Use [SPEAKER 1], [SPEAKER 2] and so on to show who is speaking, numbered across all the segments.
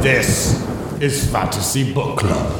[SPEAKER 1] This is Fantasy Book Club.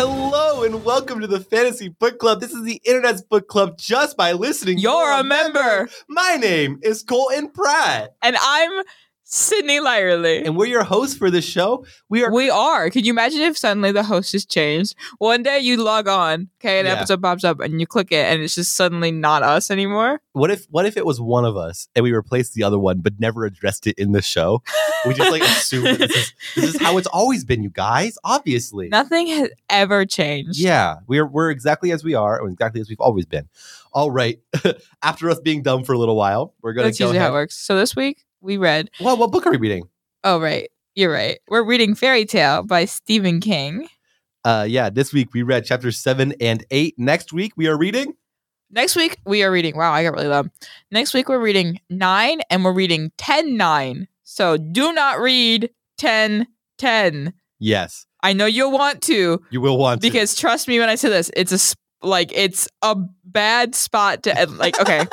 [SPEAKER 2] Hello and welcome to the Fantasy Book Club. This is the internet's book club just by listening.
[SPEAKER 3] You're a member,
[SPEAKER 2] My name is Colton Pratt,
[SPEAKER 3] and I'm Sydney Lyerly.
[SPEAKER 2] and we're your hosts for this show. We are
[SPEAKER 3] We are. Could you imagine if suddenly the host has changed? One day you log on, okay, an
[SPEAKER 2] Yeah.
[SPEAKER 3] episode pops up, and you click it, and it's just suddenly not us anymore.
[SPEAKER 2] what if what if it was one of us and we replaced the other one but never addressed it in the show? We just like assume that this is this is how it's always been, you guys, obviously.
[SPEAKER 3] Nothing has ever changed.
[SPEAKER 2] Yeah, we're we're exactly as we are and exactly as we've always been. All right. After us being dumb for a little while, we're gonna
[SPEAKER 3] that's
[SPEAKER 2] go
[SPEAKER 3] usually how it
[SPEAKER 2] ahead.
[SPEAKER 3] works. So this week we read.
[SPEAKER 2] Well, what book are we reading?
[SPEAKER 3] Oh right, you're right. We're reading Fairy Tale by Stephen King.
[SPEAKER 2] Uh yeah, this week we read chapters seven and eight. Next week we are reading
[SPEAKER 3] Next week we are reading. Wow, I got really loud. Next week we're reading nine, and we're reading ten nine. So do not read ten ten.
[SPEAKER 2] Yes.
[SPEAKER 3] I know you'll want to
[SPEAKER 2] You will want to.
[SPEAKER 3] because trust me when I say this, it's a s- like it's a bad spot to end. Like okay,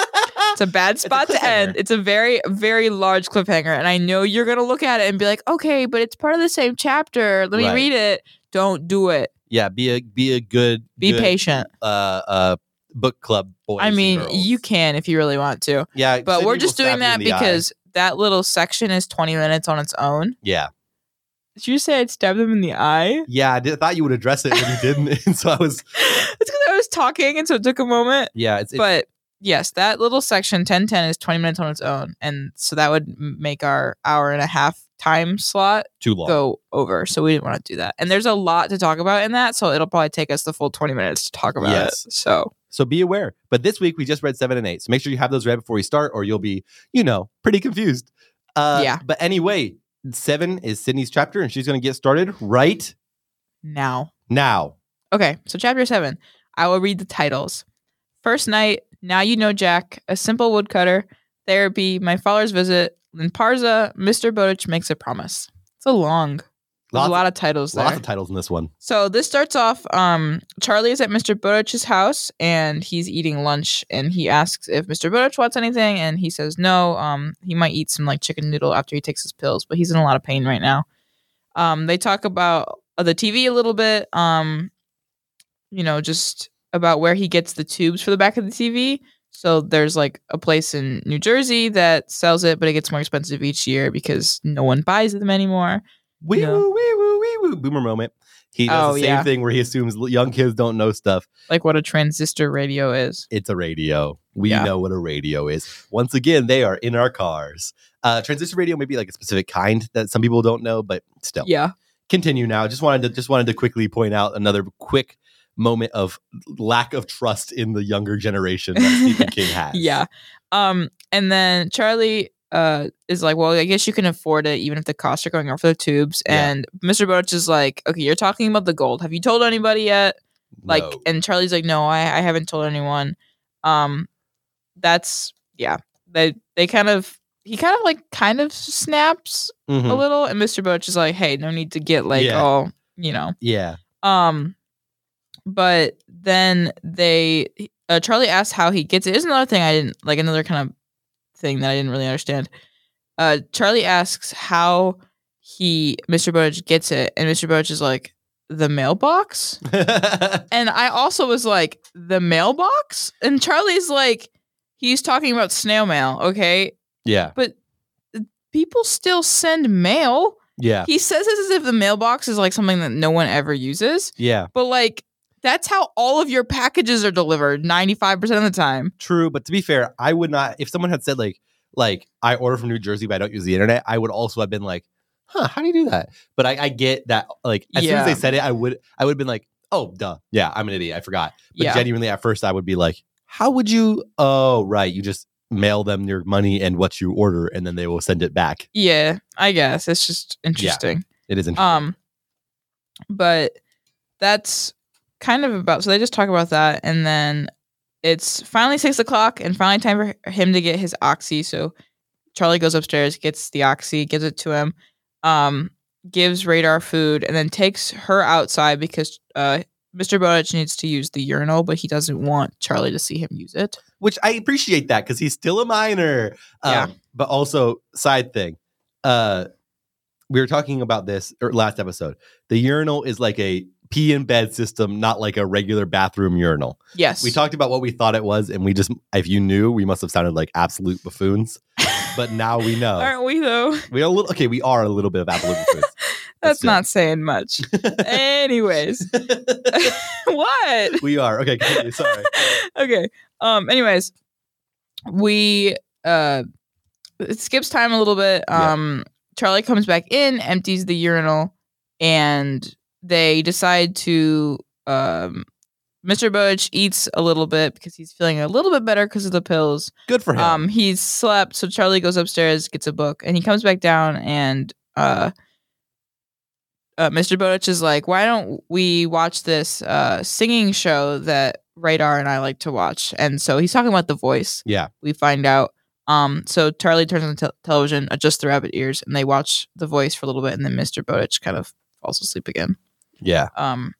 [SPEAKER 3] it's a bad
[SPEAKER 2] a
[SPEAKER 3] spot to end.
[SPEAKER 2] cliffhanger.
[SPEAKER 3] It's a very very large cliffhanger, and I know you're gonna look at it and be like, okay, but it's part of the same chapter. Let me
[SPEAKER 2] Right.
[SPEAKER 3] read it. Don't do it.
[SPEAKER 2] yeah, be a be a good
[SPEAKER 3] Be
[SPEAKER 2] good,
[SPEAKER 3] patient.
[SPEAKER 2] Uh, uh, book club boy.
[SPEAKER 3] I mean, you can if you really want to,
[SPEAKER 2] Yeah,
[SPEAKER 3] but
[SPEAKER 2] Sydney
[SPEAKER 3] we're
[SPEAKER 2] will
[SPEAKER 3] just
[SPEAKER 2] stab
[SPEAKER 3] doing
[SPEAKER 2] you
[SPEAKER 3] that
[SPEAKER 2] in the eye.
[SPEAKER 3] because that little section is 20 minutes on its own.
[SPEAKER 2] yeah,
[SPEAKER 3] Did you say I'd stab them in the eye?
[SPEAKER 2] yeah. I, did, I thought you would address it, but you didn't. And so I was.
[SPEAKER 3] it's because I was talking, and so it took a moment.
[SPEAKER 2] Yeah, it's, it's
[SPEAKER 3] but yes, that little section 1010 is 20 minutes on its own. And so that would m- make our hour and a half time slot
[SPEAKER 2] too long.
[SPEAKER 3] go over. So we didn't want to do that. And there's a lot to talk about in that. So it'll probably take us the full 20 minutes to talk about
[SPEAKER 2] Yes.
[SPEAKER 3] it. So
[SPEAKER 2] So be aware. But this week we just read seven and eight. So make sure you have those read before you start, or you'll be, you know, pretty confused. Uh,
[SPEAKER 3] Yeah.
[SPEAKER 2] But anyway, seven is Sydney's chapter, and she's going to get started right
[SPEAKER 3] now.
[SPEAKER 2] now.
[SPEAKER 3] Okay. So chapter seven, I will read the titles. First night, now you know Jack, a simple woodcutter, therapy, my father's visit, Limparza, Mr. Bowditch makes a promise. It's a long, there's
[SPEAKER 2] Lots,
[SPEAKER 3] a lot of titles there.
[SPEAKER 2] lots of titles in this one.
[SPEAKER 3] So this starts off. Um, Charlie is at Mr. Buttich's house and he's eating lunch. And he asks if Mr. Buttich wants anything, and he says no. Um, he might eat some like chicken noodle after he takes his pills, but he's in a lot of pain right now. Um, they talk about uh, the TV a little bit. Um, you know, just about where he gets the tubes for the back of the TV. So there's like a place in New Jersey that sells it, but it gets more expensive each year because no one buys them anymore.
[SPEAKER 2] wee
[SPEAKER 3] Yeah.
[SPEAKER 2] woo wee woo wee woo boomer moment. He does
[SPEAKER 3] Oh,
[SPEAKER 2] the same
[SPEAKER 3] yeah.
[SPEAKER 2] thing where he assumes l- young kids don't know stuff.
[SPEAKER 3] Like what a transistor radio is.
[SPEAKER 2] It's a radio. We
[SPEAKER 3] Yeah.
[SPEAKER 2] know what a radio is. Once again, they are in our cars. Uh, transistor radio may be like a specific kind that some people don't know, but still.
[SPEAKER 3] Yeah.
[SPEAKER 2] Continue now. Just wanted to just wanted to quickly point out another quick moment of lack of trust in the younger generation that Stephen King has.
[SPEAKER 3] Yeah. Um, and then Charlie uh is like, Well, I guess you can afford it even if the costs are going up for the tubes.
[SPEAKER 2] Yeah.
[SPEAKER 3] And Mr. Boch is like, Okay, you're talking about the gold. Have you told anybody yet? Like
[SPEAKER 2] No.
[SPEAKER 3] and Charlie's like, No, I, I haven't told anyone. Um that's yeah. They they kind of he kind of like kind of snaps
[SPEAKER 2] Mhm.
[SPEAKER 3] a little and Mr. Boch is like, Hey, no need to get like
[SPEAKER 2] Yeah.
[SPEAKER 3] all you know.
[SPEAKER 2] yeah.
[SPEAKER 3] Um, but then they uh, Charlie asks how he gets it. Is another thing I didn't like. Another kind of thing that I didn't really understand. Uh, Charlie asks how he Mr. Burge gets it, and Mr. Burge is like the mailbox. And I also was like the mailbox, and Charlie's like he's talking about snail mail. Okay,
[SPEAKER 2] yeah.
[SPEAKER 3] people still send mail.
[SPEAKER 2] Yeah.
[SPEAKER 3] He says this as if the mailbox is like something that no one ever uses.
[SPEAKER 2] Yeah.
[SPEAKER 3] But like that's how all of your packages are delivered 95% of the time.
[SPEAKER 2] True, but to be fair, I would not. If someone had said like, like I order from New Jersey, but I don't use the internet, I would also have been like, huh, how do you do that? But I, I get that. Like as soon as
[SPEAKER 3] Yeah.
[SPEAKER 2] they said it, I would, I would have been like, oh, duh, yeah, I'm an idiot, I forgot. But
[SPEAKER 3] yeah.
[SPEAKER 2] genuinely, at first, I would be like, how would you? Oh, right, you just mail them your money and what you order, and then they will send it back.
[SPEAKER 3] yeah, I guess it's just interesting.
[SPEAKER 2] It is interesting.
[SPEAKER 3] Um but that's kind of about so they just talk about that and then it's finally six o'clock and finally time for him to get his oxy. So Charlie goes upstairs, gets the oxy, gives it to him, um, gives radar food, and then takes her outside because uh, Mr. Bodich needs to use the urinal, but he doesn't want Charlie to see him use it.
[SPEAKER 2] which I appreciate that because he's still a minor. Um,
[SPEAKER 3] Yeah.
[SPEAKER 2] But also, side thing, uh, we were talking about this or last episode. The urinal is like a pee in bed system, not like a regular bathroom urinal.
[SPEAKER 3] Yes.
[SPEAKER 2] We talked about what we thought it was, and we just, if you knew, we must have sounded like absolute buffoons. But now we know.
[SPEAKER 3] Aren't we though?
[SPEAKER 2] We are a little okay. We are a little bit of absolute buffoons.
[SPEAKER 3] That's
[SPEAKER 2] still.
[SPEAKER 3] not saying much. Anyways, what?
[SPEAKER 2] we are okay. continue, Sorry.
[SPEAKER 3] okay. Um. Anyways, we uh, it skips time a little bit.
[SPEAKER 2] Yeah.
[SPEAKER 3] Um. Charlie comes back in, empties the urinal, and they decide to um. Mr. Butch eats a little bit because he's feeling a little bit better because of the pills.
[SPEAKER 2] Good for him.
[SPEAKER 3] Um, he's slept, so Charlie goes upstairs, gets a book, and he comes back down, and uh, uh Mr. Bodich is like, "Why don't we watch this uh singing show that Radar and I like to watch?" And so he's talking about The Voice.
[SPEAKER 2] Yeah.
[SPEAKER 3] we find out. Um, so Charlie turns on the tel- television, adjusts the rabbit ears, and they watch The Voice for a little bit, and then Mr. Bodich kind of falls asleep again.
[SPEAKER 2] yeah.
[SPEAKER 3] Um,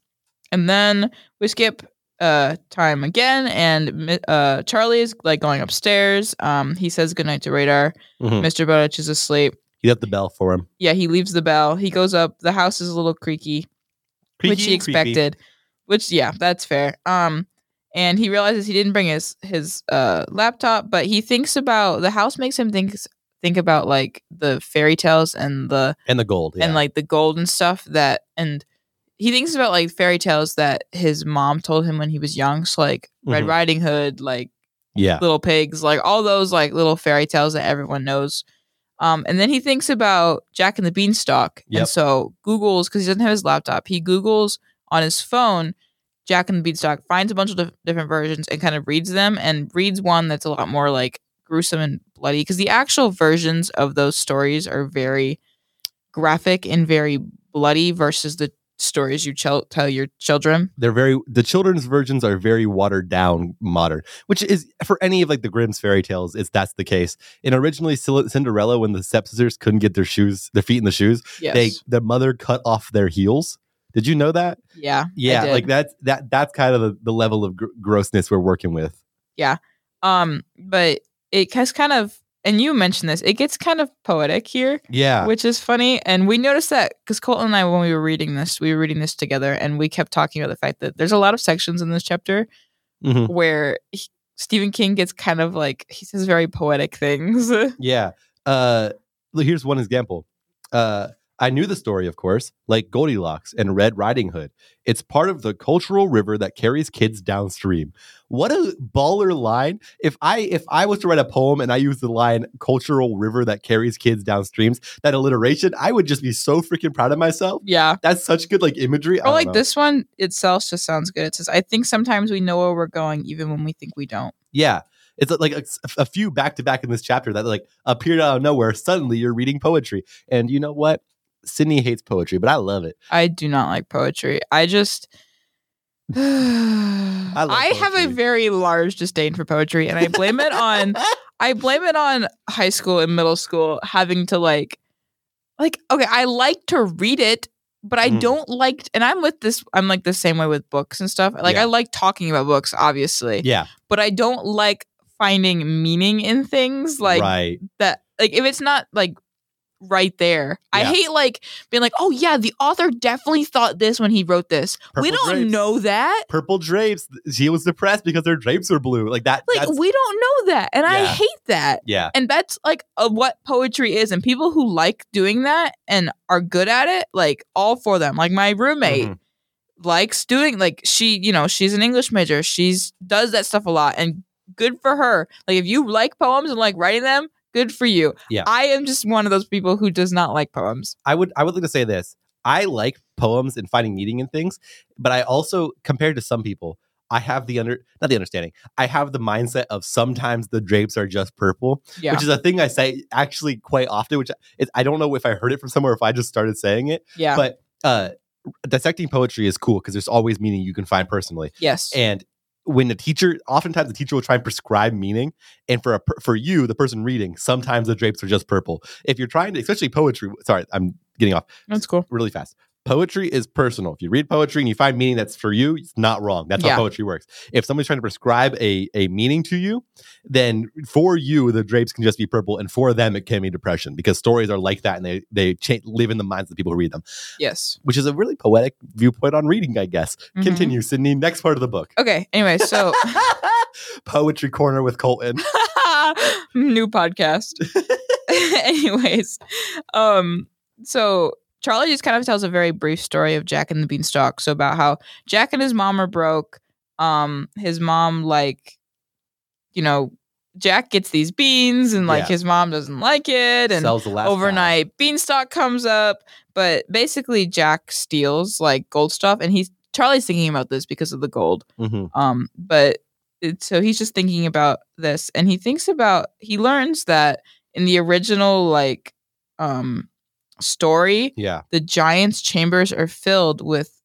[SPEAKER 3] and then we skip uh time again, and mi- uh Charlie is like going upstairs. Um, he says goodnight to Radar.
[SPEAKER 2] Mhm.
[SPEAKER 3] Mr. Bodich is asleep.
[SPEAKER 2] He left the bell for him.
[SPEAKER 3] Yeah, he leaves the bell. He goes up. The house is a little creaky, which
[SPEAKER 2] Creaky
[SPEAKER 3] he
[SPEAKER 2] and creepy.
[SPEAKER 3] expected. Which yeah, that's fair. Um, and he realizes he didn't bring his his uh laptop, but he thinks about the house makes him think think about like the fairy tales and the
[SPEAKER 2] And the gold. yeah.
[SPEAKER 3] and like the gold and stuff that and he thinks about like fairy tales that his mom told him when he was young so like red
[SPEAKER 2] Mhm.
[SPEAKER 3] riding hood like
[SPEAKER 2] yeah.
[SPEAKER 3] little pigs like all those like little fairy tales that everyone knows um, and then he thinks about jack and the beanstalk
[SPEAKER 2] Yep.
[SPEAKER 3] and so googles because he doesn't have his laptop he googles on his phone jack and the beanstalk finds a bunch of dif- different versions and kind of reads them and reads one that's a lot more like gruesome and bloody because the actual versions of those stories are very graphic and very bloody versus the stories you chel- tell your children
[SPEAKER 2] they're very the children's versions are very watered down modern which is for any of like the grimm's fairy tales is that's the case and originally Cil- cinderella when the stepsisters couldn't get their shoes their feet in the shoes
[SPEAKER 3] yes
[SPEAKER 2] they their mother cut off their heels did you know that
[SPEAKER 3] yeah I
[SPEAKER 2] yeah
[SPEAKER 3] did.
[SPEAKER 2] like that's that that's kind of the, the level of gr- grossness we're working with
[SPEAKER 3] Um, but it has kind of, and you mentioned this, it gets kind of poetic here,
[SPEAKER 2] yeah
[SPEAKER 3] which is funny. And we noticed that because Colton and I, when we were reading this, we were reading this together, and we kept talking about the fact that there's a lot of sections in this chapter
[SPEAKER 2] Mhm.
[SPEAKER 3] where he- Stephen King gets kind of like he says very poetic things.
[SPEAKER 2] yeah uh look, here's one example uh I knew the story, of course, like Goldilocks and Red Riding Hood. It's part of the cultural river that carries kids downstream. What a baller line! If I if I was to write a poem and I used the line "cultural river that carries kids downstreams," that alliteration, I would just be so freaking proud of myself.
[SPEAKER 3] yeah.
[SPEAKER 2] That's such good like imagery. I
[SPEAKER 3] Or
[SPEAKER 2] don't
[SPEAKER 3] like
[SPEAKER 2] know.
[SPEAKER 3] this one itself just sounds good. It says, I think sometimes we know where we're going even when we think we don't.
[SPEAKER 2] Yeah. It's uh, like a, a few back to back in this chapter that like appeared out of nowhere. Suddenly you're reading poetry. And you know what? Sydney hates poetry, but I love it.
[SPEAKER 3] I do not like poetry. I just I,
[SPEAKER 2] love
[SPEAKER 3] have a
[SPEAKER 2] poetry.
[SPEAKER 3] very large disdain for poetry and I blame it on I blame it on high school and middle school having to like like okay, I like to read it, but I
[SPEAKER 2] Mhm.
[SPEAKER 3] don't like and I'm with this I'm like the same way with books and stuff. Like
[SPEAKER 2] Yeah.
[SPEAKER 3] I like talking about books obviously,
[SPEAKER 2] Yeah.
[SPEAKER 3] but I don't like finding meaning in things like
[SPEAKER 2] right.
[SPEAKER 3] that like if it's not like right there. I
[SPEAKER 2] Yeah.
[SPEAKER 3] hate like being like, oh yeah, the author definitely thought this when he wrote this.
[SPEAKER 2] Purple
[SPEAKER 3] we don't
[SPEAKER 2] grapes.
[SPEAKER 3] know that.
[SPEAKER 2] Purple drapes. She was depressed because their drapes were blue. Like that.
[SPEAKER 3] Like
[SPEAKER 2] that's,
[SPEAKER 3] we don't know that. And I
[SPEAKER 2] Yeah.
[SPEAKER 3] hate that.
[SPEAKER 2] yeah.
[SPEAKER 3] And that's like uh what poetry is. And people who like doing that and are good at it, like all for them. Like my roommate
[SPEAKER 2] Mhm.
[SPEAKER 3] likes doing like she, you know, she's an English major. She's does that stuff a lot and good for her. Like if you like poems and like writing them, good for you.
[SPEAKER 2] Yeah.
[SPEAKER 3] I am just one of those people who does not like poems.
[SPEAKER 2] I would I would like to say this. I like poems and finding meaning in things, but I also compared to some people, I have the under not the understanding. I have the mindset of sometimes the drapes are just purple.
[SPEAKER 3] Yeah.
[SPEAKER 2] which is a thing I say actually quite often. Which is, I don't know if I heard it from somewhere, or if I just started saying it.
[SPEAKER 3] yeah.
[SPEAKER 2] but- Uh, dissecting poetry is cool because there's always meaning you can find personally.
[SPEAKER 3] yes.
[SPEAKER 2] And when the teacher, oftentimes the teacher will try and prescribe meaning, and for a per- for you, the person reading, sometimes the drapes are just purple. If you're trying to, especially poetry. Sorry, I'm getting off
[SPEAKER 3] That's cool.
[SPEAKER 2] really fast. Poetry is personal. If you read poetry and you find meaning that's for you, it's not wrong. That's
[SPEAKER 3] Yeah.
[SPEAKER 2] how poetry works. If somebody's trying to prescribe a, a meaning to you, then for you, the drapes can just be purple, and for them, it can be depression because stories are like that and they, they cha- live in the minds of the people who read them,
[SPEAKER 3] Yes.
[SPEAKER 2] which is a really poetic viewpoint on reading, I guess.
[SPEAKER 3] Mhm.
[SPEAKER 2] Continue, Sydney. Next part of the book
[SPEAKER 3] Okay. Anyway, so
[SPEAKER 2] Poetry Corner with Colton.
[SPEAKER 3] new podcast. Anyways, um, so Charlie just kind of tells a very brief story of Jack and the Beanstalk. So about how Jack and his mom are broke. Um, his mom like, you know, Jack gets these beans and like
[SPEAKER 2] Yeah.
[SPEAKER 3] his mom doesn't like it and
[SPEAKER 2] Sells the last
[SPEAKER 3] overnight beanstalk comes up but basically jack steals like gold stuff and he's charlie's thinking about this because of the gold
[SPEAKER 2] Mm-hmm.
[SPEAKER 3] um but it, so he's just thinking about this and he thinks about he learns that in the original like um story
[SPEAKER 2] Yeah.
[SPEAKER 3] the giant's chambers are filled with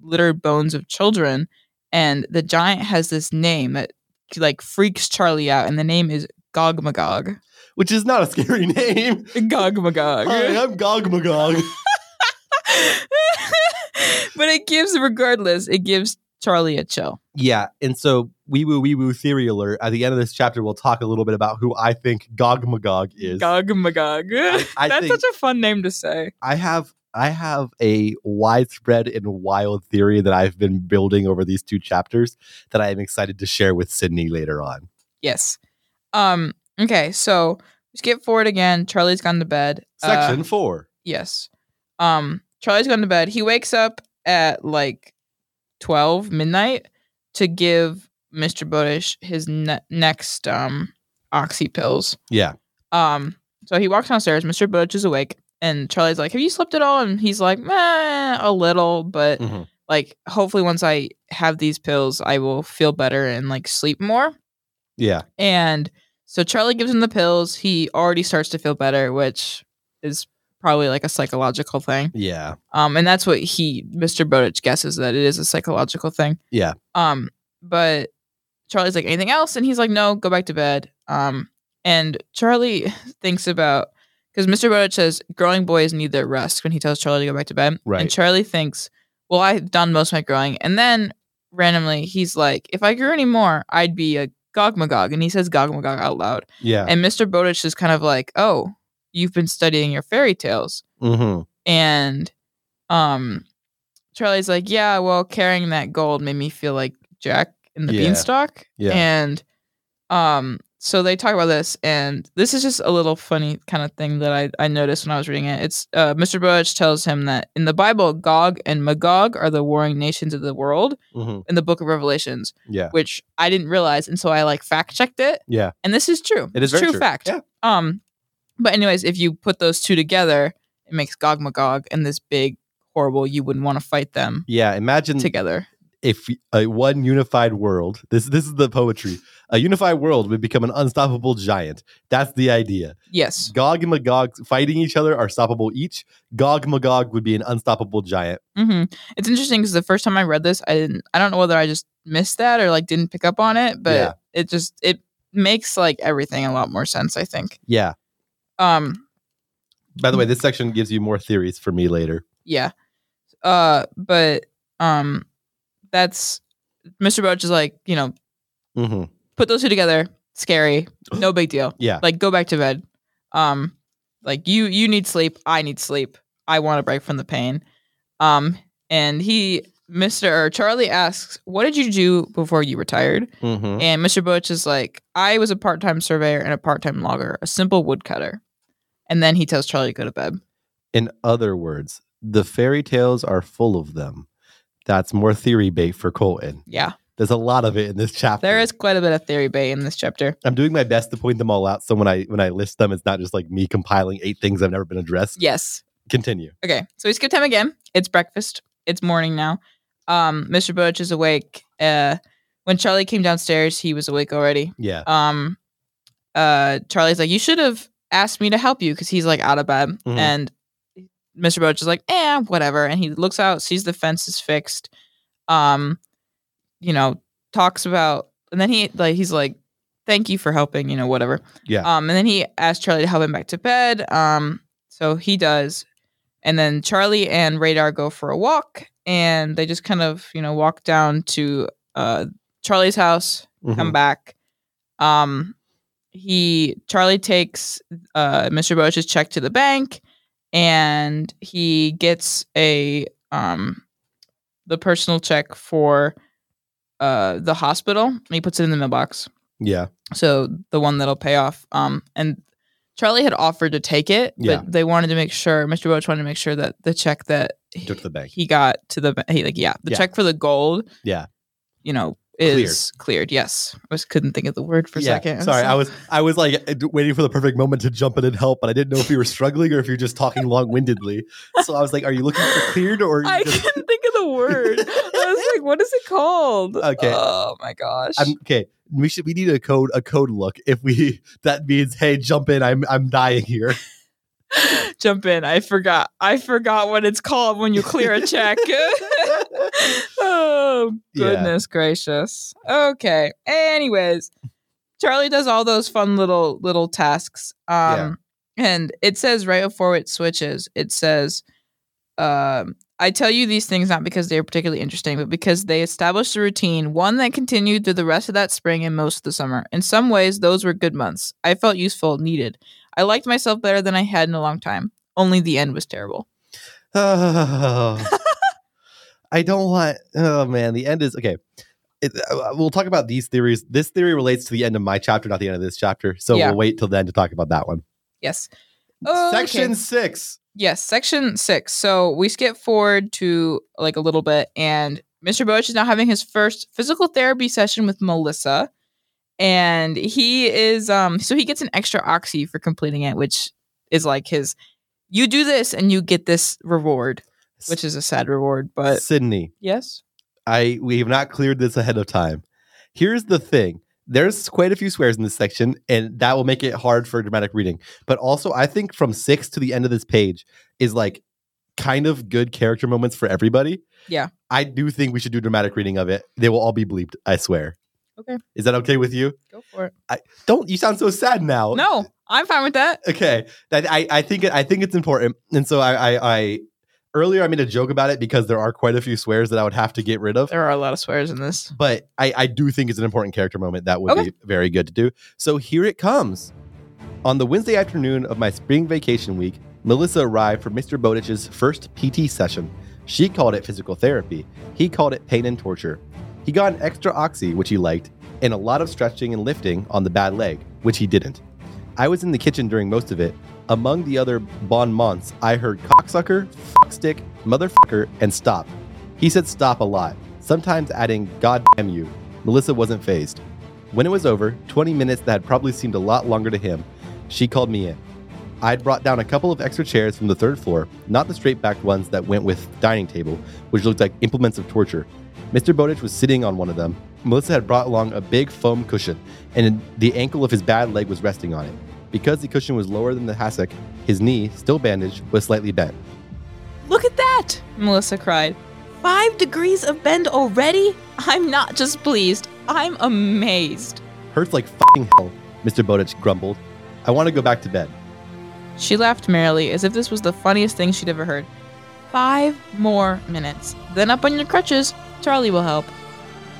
[SPEAKER 3] littered bones of children and the giant has this name that like freaks charlie out and the name is gogmagog
[SPEAKER 2] Which is not a scary name.
[SPEAKER 3] gogmagog
[SPEAKER 2] Hi, I'm Gog Magog.
[SPEAKER 3] but it gives, regardless, it gives Charlie a chill.
[SPEAKER 2] Yeah, and so wee woo wee woo theory alert. At the end of this chapter, we'll talk a little bit about who I think Gog Magog is.
[SPEAKER 3] Gog Magog.
[SPEAKER 2] I
[SPEAKER 3] That's
[SPEAKER 2] think-
[SPEAKER 3] such a fun name to say.
[SPEAKER 2] I have I have a widespread and wild theory that I've been building over these two chapters that I am excited to share with Sydney later on.
[SPEAKER 3] Yes. Um. Okay. So skip forward again. Charlie's gone to bed. Uh,
[SPEAKER 2] Section four.
[SPEAKER 3] yes. Um. Charlie's gone to bed. He wakes up at like twelve midnight to give Mister Bodish his ne- next um oxy pills.
[SPEAKER 2] Yeah.
[SPEAKER 3] Um, so he walks downstairs. Mr. Butch is awake, and Charlie's like, "Have you slept at all?" And he's like, "Meh, a little, but
[SPEAKER 2] Mhm.
[SPEAKER 3] like, hopefully, once I have these pills, I will feel better and like sleep more."
[SPEAKER 2] Yeah.
[SPEAKER 3] And so Charlie gives him the pills. He already starts to feel better, which is probably like a psychological thing.
[SPEAKER 2] Yeah.
[SPEAKER 3] Um, and that's what he, Mr. Brodich, guesses that it is a psychological thing.
[SPEAKER 2] Yeah.
[SPEAKER 3] Um, but Charlie's like, anything else? And he's like, no, go back to bed. Um, and Charlie thinks about because Mr. Brodich says growing boys need their rest when he tells Charlie to go back to bed.
[SPEAKER 2] Right.
[SPEAKER 3] And Charlie thinks, well, I've done most of my growing. And then randomly, he's like, if I grew any more, I'd be a gogmagog. And he says gogmagog out loud.
[SPEAKER 2] Yeah.
[SPEAKER 3] And Mr. Brodich is kind of like, oh, you've been studying your fairy tales
[SPEAKER 2] hmm
[SPEAKER 3] and um Charlie's like, "Yeah, well, carrying that gold made me feel like Jack in the
[SPEAKER 2] Yeah.
[SPEAKER 3] beanstalk."
[SPEAKER 2] Yeah.
[SPEAKER 3] And um so they talk about this and this is just a little funny kind of thing that I, I noticed when I was reading it. It's uh, Mr. Boach tells him that in the Bible, Gog and Magog are the warring nations of the world
[SPEAKER 2] hmm
[SPEAKER 3] in the book of Revelations,
[SPEAKER 2] Yeah.
[SPEAKER 3] which I didn't realize and so I like fact checked it.
[SPEAKER 2] Yeah.
[SPEAKER 3] And this is true.
[SPEAKER 2] It is
[SPEAKER 3] It's
[SPEAKER 2] very
[SPEAKER 3] true,
[SPEAKER 2] true.
[SPEAKER 3] fact.
[SPEAKER 2] Yeah.
[SPEAKER 3] Um, but anyways, if you put those two together, it makes Gog Magog and this big horrible. You wouldn't want to fight them
[SPEAKER 2] Yeah. Imagine
[SPEAKER 3] together.
[SPEAKER 2] if a one unified world this this is the poetry a unified world would become an unstoppable giant that's the idea
[SPEAKER 3] Yes.
[SPEAKER 2] gog and magog fighting each other are stoppable each gog magog would be an unstoppable giant
[SPEAKER 3] hmm It's interesting because the first time I read this, I didn't. I don't know whether I just missed that or like didn't pick up on it, but
[SPEAKER 2] Yeah.
[SPEAKER 3] it just it makes like everything a lot more sense. I think.
[SPEAKER 2] yeah
[SPEAKER 3] Um.
[SPEAKER 2] by the
[SPEAKER 3] Mm-hmm.
[SPEAKER 2] way this section gives you more theories for me later
[SPEAKER 3] Yeah. Uh. But um, that's Mr. Boach is like you know
[SPEAKER 2] hmm
[SPEAKER 3] put those two together. Scary. No big deal.
[SPEAKER 2] yeah
[SPEAKER 3] like go back to bed um like you you need sleep i need sleep i want a break from the pain um and he mr or charlie asks what did you do before you retired
[SPEAKER 2] hmm
[SPEAKER 3] and mr butch is like i was a part-time surveyor and a part-time logger a simple woodcutter and then he tells charlie to go to bed
[SPEAKER 2] in other words the fairy tales are full of them that's more theory bait for colton
[SPEAKER 3] yeah
[SPEAKER 2] there's a lot of it in this chapter
[SPEAKER 3] there is quite a bit of theory bay in this chapter
[SPEAKER 2] i'm doing my best to point them all out so when i when i list them it's not just like me compiling eight things i've never been addressed
[SPEAKER 3] yes
[SPEAKER 2] continue
[SPEAKER 3] Okay, so we skip time again. It's breakfast. It's morning now. Um, Mr. Butch is awake. Uh, when Charlie came downstairs, he was awake already.
[SPEAKER 2] Yeah.
[SPEAKER 3] Um, uh, Charlie's like, "You should have asked me to help you," because he's like out of bed,
[SPEAKER 2] Mhm.
[SPEAKER 3] and Mr. Butch is like, "Eh, whatever." And he looks out, sees the fence is fixed. Um, you know, talks about, and then he like he's like, "Thank you for helping," you know, whatever.
[SPEAKER 2] Yeah.
[SPEAKER 3] Um, and then he asks Charlie to help him back to bed. Um, so he does. And then Charlie and Radar go for a walk, and they just kind of you know walk down to uh, Charlie's house, come
[SPEAKER 2] Mhm.
[SPEAKER 3] back. Um, he Charlie takes uh, Mr. Boach's check to the bank, and he gets a um, the personal check for uh, the hospital. And he puts it in the mailbox,
[SPEAKER 2] Yeah.
[SPEAKER 3] so the one that'll pay off. Um, and Charlie had offered to take it,
[SPEAKER 2] Yeah.
[SPEAKER 3] but they wanted to make sure Mr. Boach wanted to make sure that the check that he,
[SPEAKER 2] Took to the bank.
[SPEAKER 3] he got to the ba- he like yeah the
[SPEAKER 2] Yeah.
[SPEAKER 3] check for the gold
[SPEAKER 2] Yeah.
[SPEAKER 3] you know
[SPEAKER 2] Cleared.
[SPEAKER 3] is cleared, yes i just couldn't think of the word for
[SPEAKER 2] Yeah.
[SPEAKER 3] a second
[SPEAKER 2] Sorry,
[SPEAKER 3] so-
[SPEAKER 2] I was I was like uh, d- waiting for the perfect moment to jump in and help, but I didn't know if you were struggling or if you're just talking long windedly. So I was like, "Are you looking for cleared or?" Are you
[SPEAKER 3] I
[SPEAKER 2] just-
[SPEAKER 3] couldn't think of the word. I was like, "What is it called?"
[SPEAKER 2] Okay.
[SPEAKER 3] Oh my gosh.
[SPEAKER 2] I'm, okay, we should we need a code a code look if we that means hey jump in I'm I'm dying here.
[SPEAKER 3] Jump in. I forgot. I forgot what it's called when you clear a check. oh
[SPEAKER 2] Yeah.
[SPEAKER 3] goodness gracious. Okay. Anyways, Charlie does all those fun little little tasks. Um and it says right before it switches, it says um I tell you these things not because they are particularly interesting, but because they established a routine, one that continued through the rest of that spring and most of the summer. In some ways, those were good months. I felt useful, needed. I liked myself better than I had in a long time. Only the end was terrible.
[SPEAKER 2] Oh, I don't want. Oh man, the end is okay. It, uh, we'll talk about these theories. This theory relates to the end of my chapter, not the end of this chapter. So
[SPEAKER 3] Yeah.
[SPEAKER 2] we'll wait till then to talk about that one.
[SPEAKER 3] Yes. Okay.
[SPEAKER 2] Section six.
[SPEAKER 3] Yes, section six. So we skip forward to like a little bit, and Mr. Boach is now having his first physical therapy session with Melissa. And he is um so he gets an extra oxy for completing it, which is like his you do this and you get this reward, which is a sad reward, but
[SPEAKER 2] Sydney.
[SPEAKER 3] yes.
[SPEAKER 2] I we have not cleared this ahead of time. Here's the thing. There's quite a few swears in this section, and that will make it hard for dramatic reading. But also, I think from six to the end of this page is like kind of good character moments for everybody.
[SPEAKER 3] Yeah.
[SPEAKER 2] I do think we should do dramatic reading of it. They will all be bleeped, I swear.
[SPEAKER 3] Okay.
[SPEAKER 2] Is that okay with you?
[SPEAKER 3] Go for it.
[SPEAKER 2] Don't you sound so sad now?
[SPEAKER 3] No, I'm fine with that.
[SPEAKER 2] okay that I, I think it- I think it's important and so I, I I earlier I made a joke about it because there are quite a few swears that I would have to get rid of
[SPEAKER 3] There are a lot of swears in this.
[SPEAKER 2] but I, I do think it's an important character moment that would
[SPEAKER 3] Okay.
[SPEAKER 2] be very good to do so here it comes on the Wednesday afternoon of my spring vacation week Melissa arrived for Mr. Bowditch's first PT session she called it physical therapy he called it pain and torture he got an extra oxy which he liked and a lot of stretching and lifting on the bad leg which he didn't I was in the kitchen during most of it. Among the other bon mots, I heard cocksucker, fuckstick, motherfucker, and stop. He said stop a lot, sometimes adding god damn you. Melissa wasn't phased. When it was over, 20 minutes that had probably seemed a lot longer to him, she called me in. I'd brought down a couple of extra chairs from the third floor, not the straight backed ones that went with dining table, which looked like implements of torture. Mr. Bowditch was sitting on one of them. Melissa had brought along a big foam cushion, and the ankle of his bad leg was resting on it. Because the cushion was lower than the hassock, his knee, still bandaged, was slightly bent.
[SPEAKER 3] Look at that! Melissa cried. Five degrees of bend already? I'm not just pleased, I'm amazed.
[SPEAKER 2] Hurts like fucking hell, Mr. Bowditch grumbled. I want to go back to bed.
[SPEAKER 3] She laughed merrily, as if this was the funniest thing she'd ever heard. Five more minutes. Then up on your crutches, Charlie will help.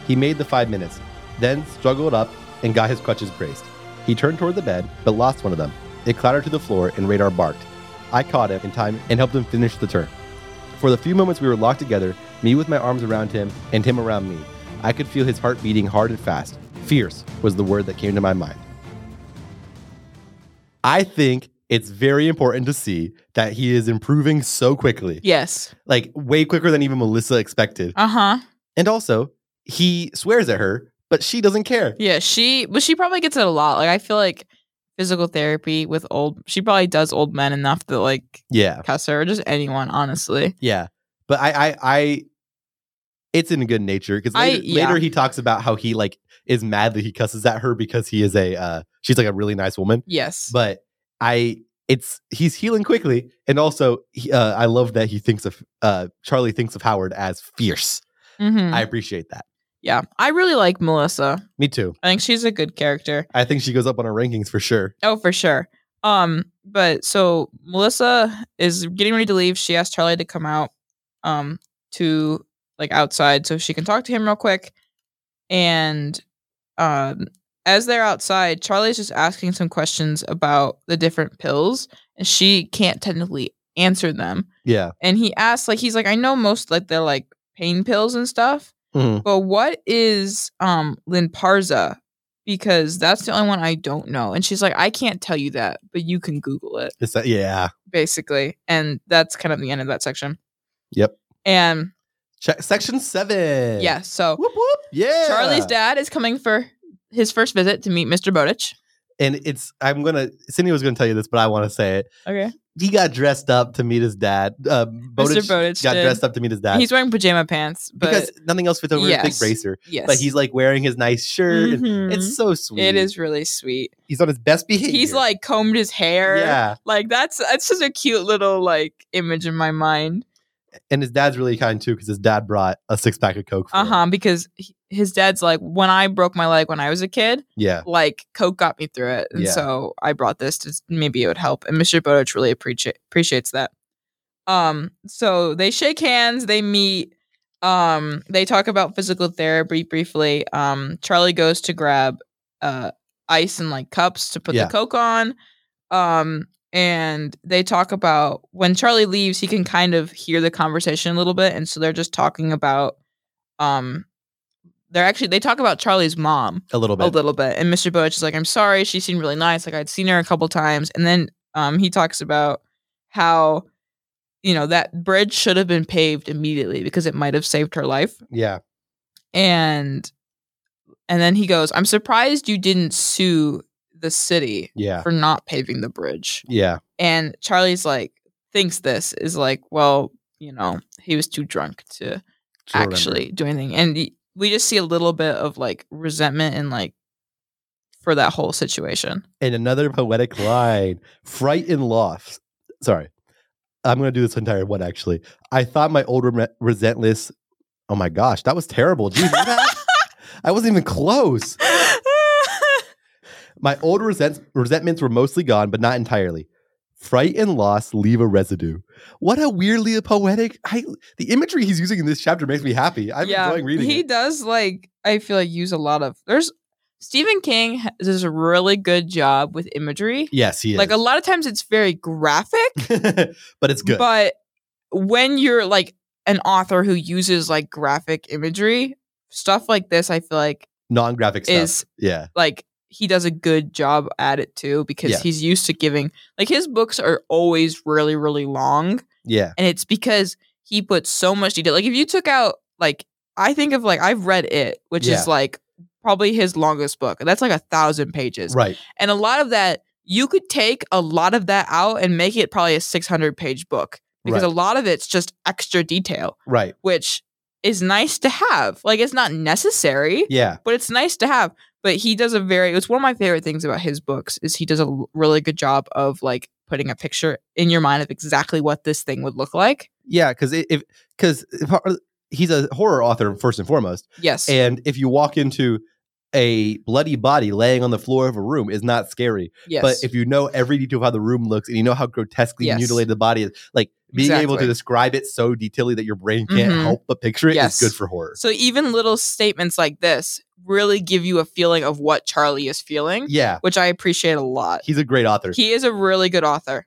[SPEAKER 2] He made the five minutes, then struggled up and got his crutches braced. He turned toward the bed, but lost one of them. It clattered to the floor, and radar barked. I caught him in time and helped him finish the turn. For the few moments we were locked together, me with my arms around him and him around me, I could feel his heart beating hard and fast. Fierce was the word that came to my mind. I think it's very important to see that he is improving so quickly,
[SPEAKER 3] Yes.
[SPEAKER 2] like way quicker than even Melissa expected.
[SPEAKER 3] Uh huh.
[SPEAKER 2] And also, he swears at her, but she doesn't care.
[SPEAKER 3] Yeah, she, but she probably gets it a lot. Like, I feel like physical therapy with old, she probably does old men enough that, like,
[SPEAKER 2] Yeah.
[SPEAKER 3] cuss her, or just anyone, honestly.
[SPEAKER 2] Yeah. But I I I it's in good nature because
[SPEAKER 3] I-
[SPEAKER 2] later,
[SPEAKER 3] yeah.
[SPEAKER 2] later he talks about how he like is mad that he cusses at her because he is a uh she's like a really nice woman.
[SPEAKER 3] Yes.
[SPEAKER 2] But I it's he's healing quickly and also he, uh, I love that he thinks of uh Charlie thinks of Howard as fierce.
[SPEAKER 3] Mhm.
[SPEAKER 2] I appreciate that.
[SPEAKER 3] yeah. I really like Melissa.
[SPEAKER 2] Me too.
[SPEAKER 3] I think she's a good character.
[SPEAKER 2] I think she goes up on our rankings for sure.
[SPEAKER 3] Oh, for sure. Um, but so Melissa is getting ready to leave. She asked Charlie to come out um to like outside so she can talk to him real quick. And um as they're outside, Charlie's just asking some questions about the different pills and she can't technically answer them.
[SPEAKER 2] Yeah.
[SPEAKER 3] And he asks like he's like I know most like they're like pain pills and stuff,
[SPEAKER 2] Mhm.
[SPEAKER 3] but what is um Linparza? Because that's the only one I don't know. And she's like, I can't tell you that, but you can Google it
[SPEAKER 2] It's that, yeah.
[SPEAKER 3] basically. And that's kind of the end of that section.
[SPEAKER 2] Yep.
[SPEAKER 3] And
[SPEAKER 2] Check section seven.
[SPEAKER 3] yeah, so
[SPEAKER 2] Whoop whoop. Yeah.
[SPEAKER 3] Charlie's dad is coming for his first visit to meet Mr. Bowditch.
[SPEAKER 2] And it's I'm gonna Cindy was gonna tell you this, but I want to say it.
[SPEAKER 3] Okay.
[SPEAKER 2] He got dressed up to meet his dad. Uh, Bowditch
[SPEAKER 3] Bowditch
[SPEAKER 2] got
[SPEAKER 3] did.
[SPEAKER 2] dressed up to meet his dad.
[SPEAKER 3] He's wearing pajama pants, but
[SPEAKER 2] because nothing else fits over his
[SPEAKER 3] Yes.
[SPEAKER 2] big bracer.
[SPEAKER 3] yes.
[SPEAKER 2] But he's like wearing his nice shirt. and
[SPEAKER 3] Mhm.
[SPEAKER 2] It's so sweet.
[SPEAKER 3] it is really sweet.
[SPEAKER 2] He's on his best behavior.
[SPEAKER 3] He's like combed his hair.
[SPEAKER 2] yeah.
[SPEAKER 3] Like that's that's just a cute little like image in my mind.
[SPEAKER 2] And his dad's really kind too because his dad brought a six pack of Coke. for
[SPEAKER 3] Uh
[SPEAKER 2] him.
[SPEAKER 3] huh. Because he- his dad's like, when I broke my leg when I was a kid,
[SPEAKER 2] Yeah.
[SPEAKER 3] like Coke got me through it, and
[SPEAKER 2] Yeah.
[SPEAKER 3] so I brought this to maybe it would help. And Mr. Bodich really appreciate appreciates that. Um. So they shake hands. They meet. Um. They talk about physical therapy briefly. Um. Charlie goes to grab uh ice and like cups to put
[SPEAKER 2] Yeah.
[SPEAKER 3] the Coke on. Um. And they talk about when Charlie leaves, he can kind of hear the conversation a little bit, and so they're just talking about um. They're actually they talk about Charlie's mom
[SPEAKER 2] A little bit.
[SPEAKER 3] a little bit. And Mr. Butch is like, I'm sorry, she seemed really nice. Like I'd seen her a couple times. And then um he talks about how, you know, that bridge should have been paved immediately because it might have saved her life.
[SPEAKER 2] yeah.
[SPEAKER 3] And and then he goes, I'm surprised you didn't sue the city
[SPEAKER 2] Yeah.
[SPEAKER 3] for not paving the bridge.
[SPEAKER 2] Yeah.
[SPEAKER 3] And Charlie's like thinks this is like, well, you know, he was too drunk to
[SPEAKER 2] Sure, remember.
[SPEAKER 3] actually do anything. And y- we just see a little bit of like resentment and like for that whole situation.
[SPEAKER 2] And another poetic line. Fright and loss. Sorry. I'm going to do this entire one actually. I thought my old rem- resentless. Oh my gosh. That was terrible. Did you hear that? I wasn't even close. My old resent- resentments were mostly gone, but not entirely. Fright and loss leave a residue. What a weirdly poetic. I, the imagery he's using in this chapter makes me happy. I'm enjoying reading
[SPEAKER 3] he
[SPEAKER 2] it.
[SPEAKER 3] does like I feel like use a lot of there's Stephen King ha- does a really good job with imagery.
[SPEAKER 2] Yes, he is.
[SPEAKER 3] Like a lot of times it's very graphic,
[SPEAKER 2] but it's good.
[SPEAKER 3] but when you're like an author who uses like graphic imagery, stuff like this I feel like
[SPEAKER 2] Non graphic stuff.
[SPEAKER 3] is
[SPEAKER 2] yeah.
[SPEAKER 3] like he does a good job at it too because
[SPEAKER 2] Yeah.
[SPEAKER 3] he's used to giving like his books are always really really long
[SPEAKER 2] Yeah.
[SPEAKER 3] and it's because he puts so much detail like if you took out like i think of like i've read it which
[SPEAKER 2] Yeah.
[SPEAKER 3] is like probably his longest book that's like a thousand pages
[SPEAKER 2] Right.
[SPEAKER 3] and a lot of that you could take a lot of that out and make it probably a 600 page book because
[SPEAKER 2] Right.
[SPEAKER 3] a lot of it's just extra detail
[SPEAKER 2] Right.
[SPEAKER 3] which is nice to have like it's not necessary
[SPEAKER 2] Yeah.
[SPEAKER 3] but it's nice to have. But he does a very it's one of my favorite things about his books is he does a l- really good job of like putting a picture in your mind of exactly what this thing would look like.
[SPEAKER 2] Yeah. Because if, because he's a horror author first and foremost.
[SPEAKER 3] Yes.
[SPEAKER 2] And if you walk into a bloody body laying on the floor of a room is not scary.
[SPEAKER 3] yes.
[SPEAKER 2] But if you know every detail of how the room looks and you know how grotesquely
[SPEAKER 3] Yes.
[SPEAKER 2] mutilated the body is, like being able to
[SPEAKER 3] Exactly.
[SPEAKER 2] describe it so detailedly that your brain can't
[SPEAKER 3] Mhm.
[SPEAKER 2] help but picture it is
[SPEAKER 3] Yes.
[SPEAKER 2] good for horror.
[SPEAKER 3] so even little statements like this really give you a feeling of what Charlie is feeling,
[SPEAKER 2] Yeah,
[SPEAKER 3] which I appreciate a lot.
[SPEAKER 2] he's a great author.
[SPEAKER 3] Mm-hmm. He is a really good author.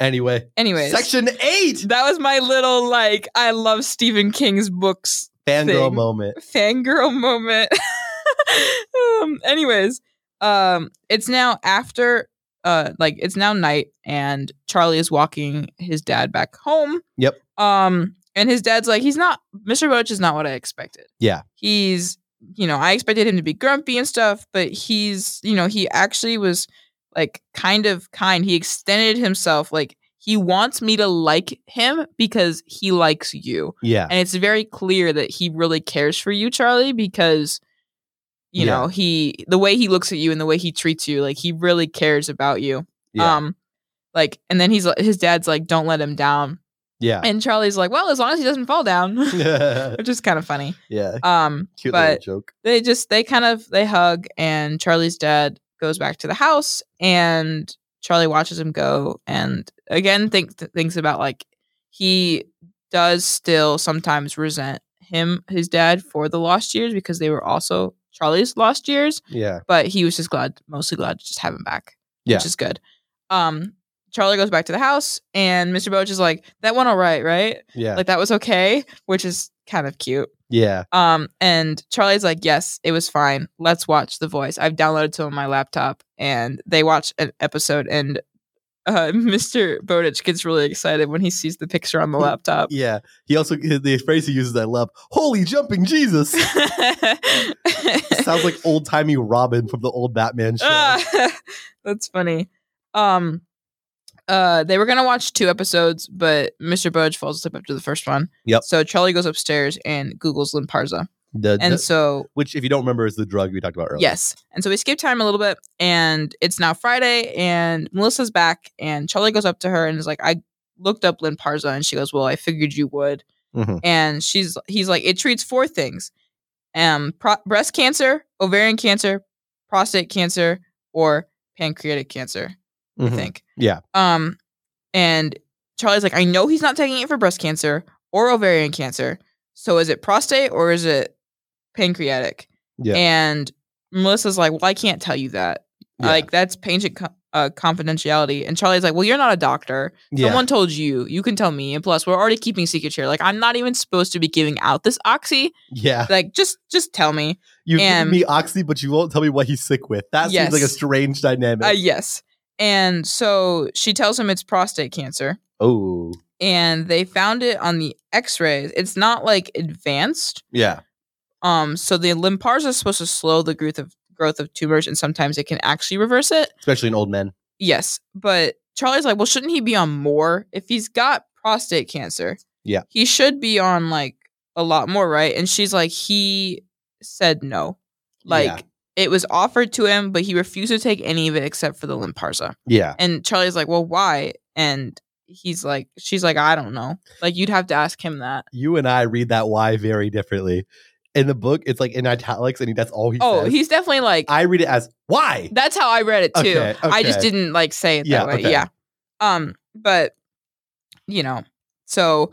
[SPEAKER 2] anyway,
[SPEAKER 3] Anyways,
[SPEAKER 2] section eight
[SPEAKER 3] that was my little like I love Stephen King's books
[SPEAKER 2] fangirl
[SPEAKER 3] thing.
[SPEAKER 2] moment.
[SPEAKER 3] fangirl moment. um, anyways, um, it's now after, uh, like it's now night, and Charlie is walking his dad back home.
[SPEAKER 2] Yep.
[SPEAKER 3] Um, and his dad's like, he's not. Mr. Roach is not what I expected.
[SPEAKER 2] Yeah.
[SPEAKER 3] He's, you know, I expected him to be grumpy and stuff, but he's, you know, he actually was like kind of kind. He extended himself like. He wants me to like him because he likes you
[SPEAKER 2] Yeah,
[SPEAKER 3] and it's very clear that he really cares for you charlie because you
[SPEAKER 2] Yeah.
[SPEAKER 3] know he the way he looks at you and the way he treats you like he really cares about you
[SPEAKER 2] yeah,
[SPEAKER 3] um like and then he's his dad's like don't let him down
[SPEAKER 2] yeah,
[SPEAKER 3] and charlie's like well as long as he doesn't fall down
[SPEAKER 2] yeah.
[SPEAKER 3] which is kind of funny um
[SPEAKER 2] Cute little
[SPEAKER 3] but
[SPEAKER 2] joke.
[SPEAKER 3] they just they kind of they hug and charlie's dad goes back to the house and Charlie watches him go and again think thinks about like he does still sometimes resent him his dad for the lost years because they were also Charlie's lost years,
[SPEAKER 2] Yeah.
[SPEAKER 3] but he was just glad mostly glad to just have him back.
[SPEAKER 2] Yeah.
[SPEAKER 3] Which is good. Um Charlie goes back to the house and Mr. Boach is like, that went all right, right?
[SPEAKER 2] Yeah.
[SPEAKER 3] Like that was okay, which is kind of cute.
[SPEAKER 2] yeah.
[SPEAKER 3] Um, and Charlie's like, "Yes, it was fine. Let's watch The Voice." I've downloaded to my laptop, and they watch an episode, and uh, Mr. Bowditch gets really excited when he sees the picture on the laptop.
[SPEAKER 2] Yeah. He also the phrase he uses I love, holy jumping Jesus. Sounds like old timey Robin from the old Batman show.
[SPEAKER 3] Ah, that's funny. Um, uh, they were gonna watch two episodes, but Mr. Bowditch falls asleep after the first one.
[SPEAKER 2] Yep.
[SPEAKER 3] So Charlie goes upstairs and Google's Limparza,
[SPEAKER 2] The-
[SPEAKER 3] and
[SPEAKER 2] the-
[SPEAKER 3] so
[SPEAKER 2] which, if you don't remember, is the drug we talked about earlier.
[SPEAKER 3] Yes. And so we skip time a little bit, and it's now Friday, and Melissa's back, and Charlie goes up to her and is like, I looked up Lynn Parza, and she goes, Well, I figured you would.
[SPEAKER 2] Mhm.
[SPEAKER 3] And she's he's like, It treats four things um, pro- breast cancer, ovarian cancer, prostate cancer, or pancreatic cancer, I
[SPEAKER 2] Mhm.
[SPEAKER 3] think.
[SPEAKER 2] Yeah.
[SPEAKER 3] Um, and Charlie's like, I know he's not taking it for breast cancer or ovarian cancer. So is it prostate or is it pancreatic?
[SPEAKER 2] Yeah.
[SPEAKER 3] And Melissa's like, well, I can't tell you that.
[SPEAKER 2] Yeah.
[SPEAKER 3] Like, that's patient co- uh, confidentiality. And Charlie's like, well, you're not a doctor.
[SPEAKER 2] yeah.
[SPEAKER 3] Someone told you. You can tell me. And plus, we're already keeping secrets here. Like, I'm not even supposed to be giving out this oxy.
[SPEAKER 2] yeah.
[SPEAKER 3] Like, just just tell me.
[SPEAKER 2] You give
[SPEAKER 3] and-
[SPEAKER 2] me Oxy, but you won't tell me what he's sick with. That
[SPEAKER 3] Yes.
[SPEAKER 2] seems like a strange dynamic.
[SPEAKER 3] Uh, yes. And so she tells him it's prostate cancer.
[SPEAKER 2] oh.
[SPEAKER 3] And they found it on the x-rays. It's not like advanced,
[SPEAKER 2] Yeah.
[SPEAKER 3] Um, so the limparza is supposed to slow the growth of growth of tumors, and sometimes it can actually reverse it.
[SPEAKER 2] Especially in old men.
[SPEAKER 3] Yes, but Charlie's like, well, shouldn't he be on more if he's got prostate cancer?
[SPEAKER 2] Yeah.
[SPEAKER 3] he should be on like a lot more, right? And she's like, he said no, like
[SPEAKER 2] Yeah.
[SPEAKER 3] it was offered to him, but he refused to take any of it except for the limparza.
[SPEAKER 2] Yeah.
[SPEAKER 3] And Charlie's like, well, why? And he's like, she's like, I don't know. Like you'd have to ask him that.
[SPEAKER 2] You and I read that why very differently. In the book, it's like in italics, and he- that's all he
[SPEAKER 3] oh,
[SPEAKER 2] says.
[SPEAKER 3] he's definitely like,
[SPEAKER 2] I read it as why.
[SPEAKER 3] That's how I read it too.
[SPEAKER 2] Okay,
[SPEAKER 3] I just
[SPEAKER 2] okay.
[SPEAKER 3] didn't like say it
[SPEAKER 2] Yeah,
[SPEAKER 3] that way.
[SPEAKER 2] okay.
[SPEAKER 3] Yeah. Um, but you know, so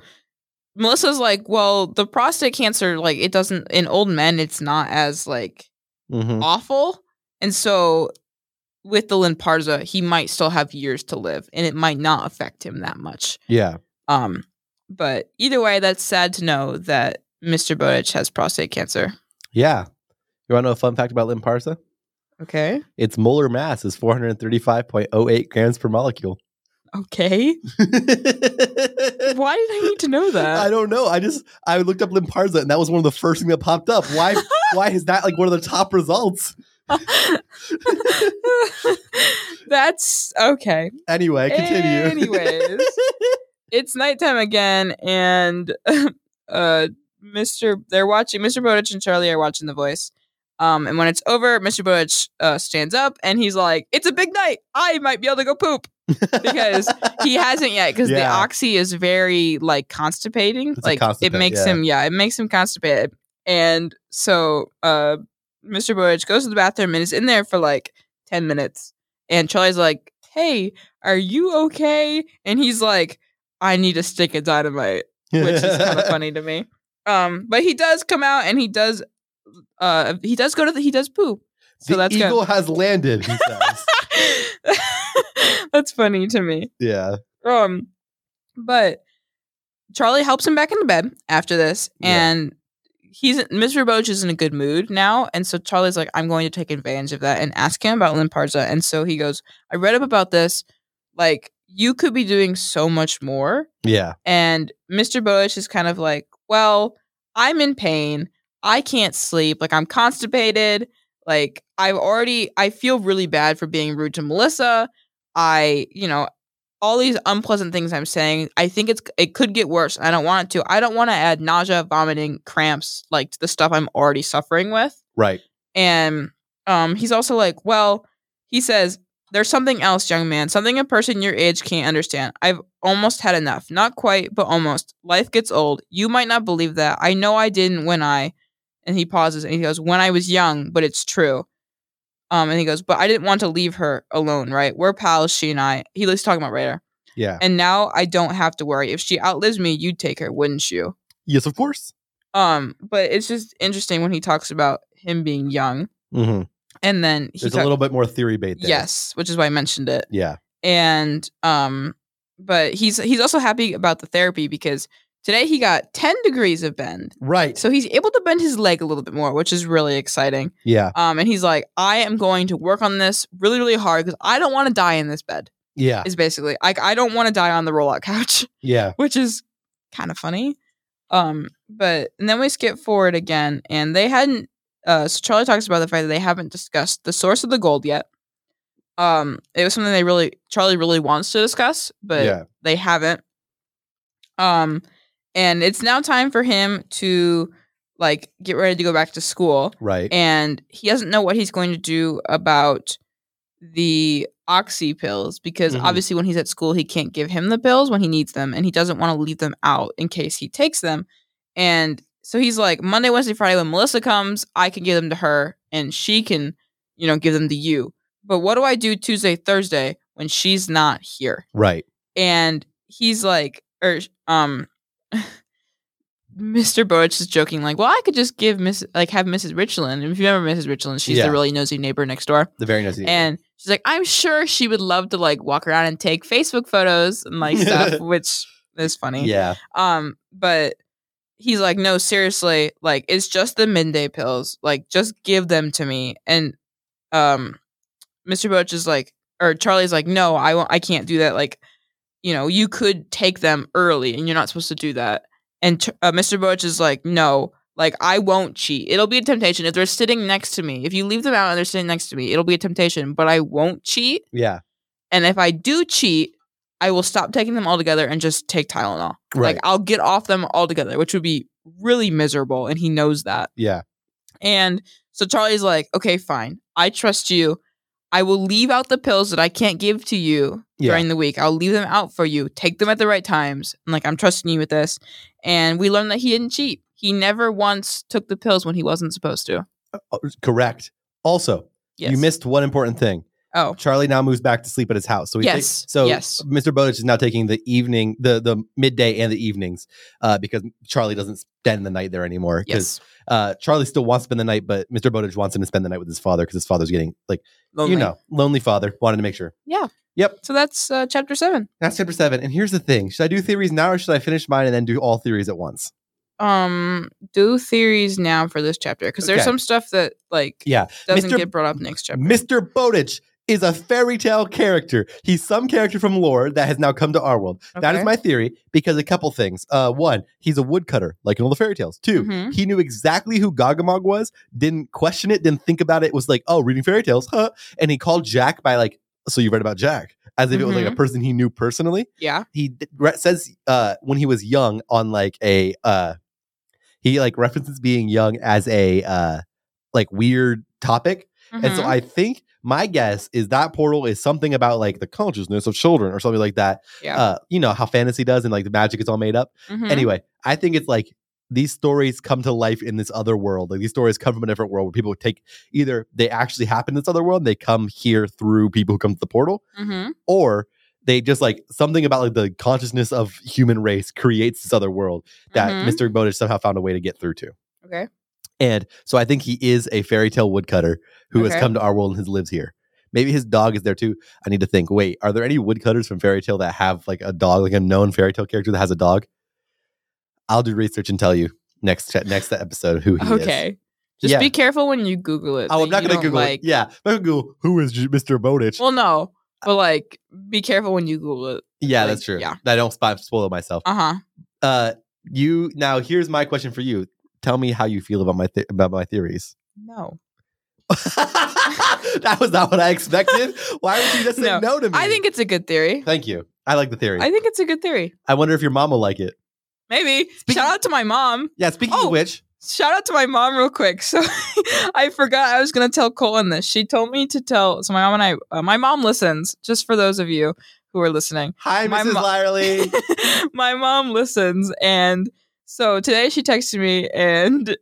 [SPEAKER 3] Melissa's like, well, the prostate cancer, like it doesn't in old men, it's not as like Mm-hmm.
[SPEAKER 2] Mhm.
[SPEAKER 3] awful. And so with the Linparza, he might still have years to live and it might not affect him that much.
[SPEAKER 2] Yeah.
[SPEAKER 3] Um, but either way, that's sad to know that Mr. Bodich has prostate cancer.
[SPEAKER 2] Yeah. You want to know a fun fact about Limparsa?
[SPEAKER 3] Okay.
[SPEAKER 2] Its molar mass is 435.08 grams per molecule.
[SPEAKER 3] Okay. Why did I need to know that?
[SPEAKER 2] I don't know. I just I looked up Limparza and that was one of the first things that popped up. Why why is that like one of the top results?
[SPEAKER 3] That's okay.
[SPEAKER 2] Anyway, continue.
[SPEAKER 3] Anyways. It's nighttime again, and uh, Mr. They're watching Mr. Bodich and Charlie are watching The Voice. Um, and when it's over, Mr. Bodich uh, stands up and he's like, "It's a big night. I might be able to go poop." Because He hasn't yet because the
[SPEAKER 2] Yeah.
[SPEAKER 3] oxy is very like constipating.
[SPEAKER 2] It's a
[SPEAKER 3] like
[SPEAKER 2] constipate,
[SPEAKER 3] it makes
[SPEAKER 2] yeah.
[SPEAKER 3] him, yeah, it makes him constipated. And so, uh, Mr. Boyage goes to the bathroom and is in there for like 10 minutes. And Charlie's like, Hey, are you okay? And he's like, I need a stick of dynamite, which is kind of funny to me. Um, but he does come out and he does, uh, he does go to the, he does poo. So
[SPEAKER 2] the
[SPEAKER 3] that's good.
[SPEAKER 2] eagle has landed, he says.
[SPEAKER 3] that's funny to me.
[SPEAKER 2] yeah.
[SPEAKER 3] Um, but Charlie helps him back into bed after this,
[SPEAKER 2] Yeah.
[SPEAKER 3] and he's Mr. Boach is in a good mood now, and so Charlie's like, "I'm going to take advantage of that and ask him about Limparza." And so he goes, "I read up about this. Like, you could be doing so much more."
[SPEAKER 2] Yeah.
[SPEAKER 3] And Mr. Boish is kind of like, well, I'm in pain. I can't sleep. Like, I'm constipated. Like, I've already, I feel really bad for being rude to Melissa. I, you know, all these unpleasant things I'm saying, I think it's, it could get worse. I don't want it to. I don't want to add nausea, vomiting, cramps, like to the stuff I'm already suffering with.
[SPEAKER 2] Right.
[SPEAKER 3] And um, he's also like, well, he says, there's something else, young man, something a person your age can't understand. I've almost had enough. Not quite, but almost. Life gets old. You might not believe that. I know I didn't when I. And he pauses and he goes, when I was young, but it's true. Um, and he goes, but I didn't want to leave her alone, right? We're pals, she and I. He was talking about Raider.
[SPEAKER 2] Yeah.
[SPEAKER 3] And now I don't have to worry. If she outlives me, you'd take her, wouldn't you?
[SPEAKER 2] Yes, of course.
[SPEAKER 3] Um, but it's just interesting when he talks about him being young.
[SPEAKER 2] Mm-hmm.
[SPEAKER 3] And then he
[SPEAKER 2] There's
[SPEAKER 3] talk-
[SPEAKER 2] a little bit more theory bait there.
[SPEAKER 3] Yes, which is why I mentioned it.
[SPEAKER 2] Yeah.
[SPEAKER 3] and um but he's he's also happy about the therapy because today he got 10 degrees of bend
[SPEAKER 2] Right.
[SPEAKER 3] so he's able to bend his leg a little bit more which is really exciting
[SPEAKER 2] Yeah.
[SPEAKER 3] um and he's like i am going to work on this really really hard because i don't want to die in this bed
[SPEAKER 2] Yeah.
[SPEAKER 3] is basically like i don't want to die on the rollout couch
[SPEAKER 2] Yeah.
[SPEAKER 3] which is kind of funny um but and then we skip forward again and they hadn't uh so charlie talks about the fact that they haven't discussed the source of the gold yet um it was something they really charlie really wants to discuss but
[SPEAKER 2] yeah.
[SPEAKER 3] they haven't um and it's now time for him to like get ready to go back to school
[SPEAKER 2] Right.
[SPEAKER 3] and he doesn't know what he's going to do about the oxy pills because
[SPEAKER 2] Mhm.
[SPEAKER 3] obviously when he's at school he can't give him the pills when he needs them and he doesn't want to leave them out in case he takes them and so he's like monday wednesday friday when melissa comes i can give them to her and she can you know give them to you but what do i do tuesday thursday when she's not here
[SPEAKER 2] right.
[SPEAKER 3] and he's like or um Mr. Boich is joking, like, well, I could just give Miss like have Mrs. Richland. If you remember Mrs. Richland, she's
[SPEAKER 2] Yeah.
[SPEAKER 3] the really nosy neighbor next door.
[SPEAKER 2] The very nice.
[SPEAKER 3] And she's like, I'm sure she would love to like walk around and take Facebook photos and like stuff, which is funny.
[SPEAKER 2] yeah.
[SPEAKER 3] Um, but he's like, no, seriously, like it's just the midday pills. Like, just give them to me. And um, Mr. Boach is like, or Charlie's like, no, I won't. I can't do that. Like, you know, you could take them early, and you're not supposed to do that. And Ch- uh, Mr. Boach is like, no. Like I won't cheat. It'll be a temptation if they're sitting next to me. If you leave them out and they're sitting next to me, it'll be a temptation. But I won't cheat.
[SPEAKER 2] Yeah.
[SPEAKER 3] And if I do cheat, I will stop taking them altogether and just take Tylenol.
[SPEAKER 2] Right.
[SPEAKER 3] Like I'll get off them altogether, which would be really miserable. And he knows that.
[SPEAKER 2] yeah.
[SPEAKER 3] And so Charlie's like, okay, fine. I trust you. I will leave out the pills that I can't give to you
[SPEAKER 2] Yeah.
[SPEAKER 3] during the week. I'll leave them out for you. Take them at the right times. And like, I'm trusting you with this. And we learned that he didn't cheat. He never once took the pills when he wasn't supposed to.
[SPEAKER 2] Oh, correct. Also,
[SPEAKER 3] Yes.
[SPEAKER 2] you missed one important thing.
[SPEAKER 3] Oh.
[SPEAKER 2] Charlie now moves back to sleep at his house. So he
[SPEAKER 3] Yes.
[SPEAKER 2] takes- so
[SPEAKER 3] Yes.
[SPEAKER 2] Mr. Bowditch is now taking the evening, the the midday and the evenings, uh, because Charlie doesn't spend the night there anymore. 'Cause,
[SPEAKER 3] Yes.
[SPEAKER 2] Uh, Charlie still wants to spend the night, but Mr. Bowditch wants him to spend the night with his father because his father's getting like
[SPEAKER 3] Lonely.
[SPEAKER 2] you know lonely father. Wanted to make sure.
[SPEAKER 3] So that's uh, chapter seven.
[SPEAKER 2] That's chapter seven. And here's the thing: should I do theories now, or should I finish mine and then do all theories at once?
[SPEAKER 3] um do theories now for this chapter because there's
[SPEAKER 2] Okay.
[SPEAKER 3] some stuff that like
[SPEAKER 2] Yeah.
[SPEAKER 3] doesn't
[SPEAKER 2] Mr.
[SPEAKER 3] get brought up next chapter.
[SPEAKER 2] Mr. Bowditch is a fairy tale character. He's some character from lore that has now come to our world. That is
[SPEAKER 3] Okay.
[SPEAKER 2] my theory because a couple things. Uh, one, he's a woodcutter, like in all the fairy tales. 2
[SPEAKER 3] Mhm.
[SPEAKER 2] he knew exactly who Gagamog was, didn't question it, didn't think about it. Was like, oh, reading fairy tales, huh? And he called Jack by like, so you read about Jack, as if it was like a person he knew personally.
[SPEAKER 3] yeah
[SPEAKER 2] He d- re- says uh, when he was young on like a uh, he like references being young as a uh, like weird topic. And so
[SPEAKER 3] Mhm.
[SPEAKER 2] I think my guess is that portal is something about like the consciousness of children or something like that.
[SPEAKER 3] Yeah.
[SPEAKER 2] Uh, you know how fantasy does and like the magic is all made up.
[SPEAKER 3] Mhm.
[SPEAKER 2] Anyway, I think it's like these stories come to life in this other world. Like these stories come from a different world where people take either they actually happen in this other world and they come here through people who come to the portal
[SPEAKER 3] Mhm.
[SPEAKER 2] or they just like something about like the consciousness of human race creates this other world that
[SPEAKER 3] Mhm.
[SPEAKER 2] Mr. Bowditch somehow found a way to get through to.
[SPEAKER 3] okay
[SPEAKER 2] And so I think he is a fairy tale woodcutter who
[SPEAKER 3] Okay.
[SPEAKER 2] has come to our world and has lives here. Maybe his dog is there too. I need to think. Wait, are there any woodcutters from fairy tale that have like a dog, like a known fairy tale character that has a dog? I'll do research and tell you next chat next episode who he is.
[SPEAKER 3] okay just
[SPEAKER 2] Yeah.
[SPEAKER 3] be careful when you google it
[SPEAKER 2] Oh, I'm
[SPEAKER 3] that
[SPEAKER 2] not
[SPEAKER 3] you
[SPEAKER 2] gonna
[SPEAKER 3] don't,
[SPEAKER 2] Google.
[SPEAKER 3] like
[SPEAKER 2] it. Yeah, I'm not gonna Google who is J- Mr. Bowditch.
[SPEAKER 3] well no but like be careful when you google it
[SPEAKER 2] yeah,
[SPEAKER 3] like,
[SPEAKER 2] that's true.
[SPEAKER 3] yeah.
[SPEAKER 2] I don't spy, spoil myself.
[SPEAKER 3] uh-huh
[SPEAKER 2] Uh, you now. Here's my question for you. Tell me how you feel about my th- about my theories.
[SPEAKER 3] no
[SPEAKER 2] that was not what I expected. Why would you just say
[SPEAKER 3] No,
[SPEAKER 2] no, to me?
[SPEAKER 3] i think it's a good theory
[SPEAKER 2] Thank you. I like the theory.
[SPEAKER 3] i
[SPEAKER 2] I,
[SPEAKER 3] think it's a good theory
[SPEAKER 2] wonder if your mom will like it.
[SPEAKER 3] maybe
[SPEAKER 2] Speaking-
[SPEAKER 3] shout out to my mom
[SPEAKER 2] Yeah. Speaking
[SPEAKER 3] Oh.
[SPEAKER 2] of which,
[SPEAKER 3] shout out to my mom real quick. So I forgot I was gonna tell Colin this. She told me to tell. So my mom and I, uh, my mom listens. Just for those of you who are listening,
[SPEAKER 2] hi,
[SPEAKER 3] My
[SPEAKER 2] Mrs.
[SPEAKER 3] mo-
[SPEAKER 2] Lyerly.
[SPEAKER 3] my mom listens, and so today she texted me and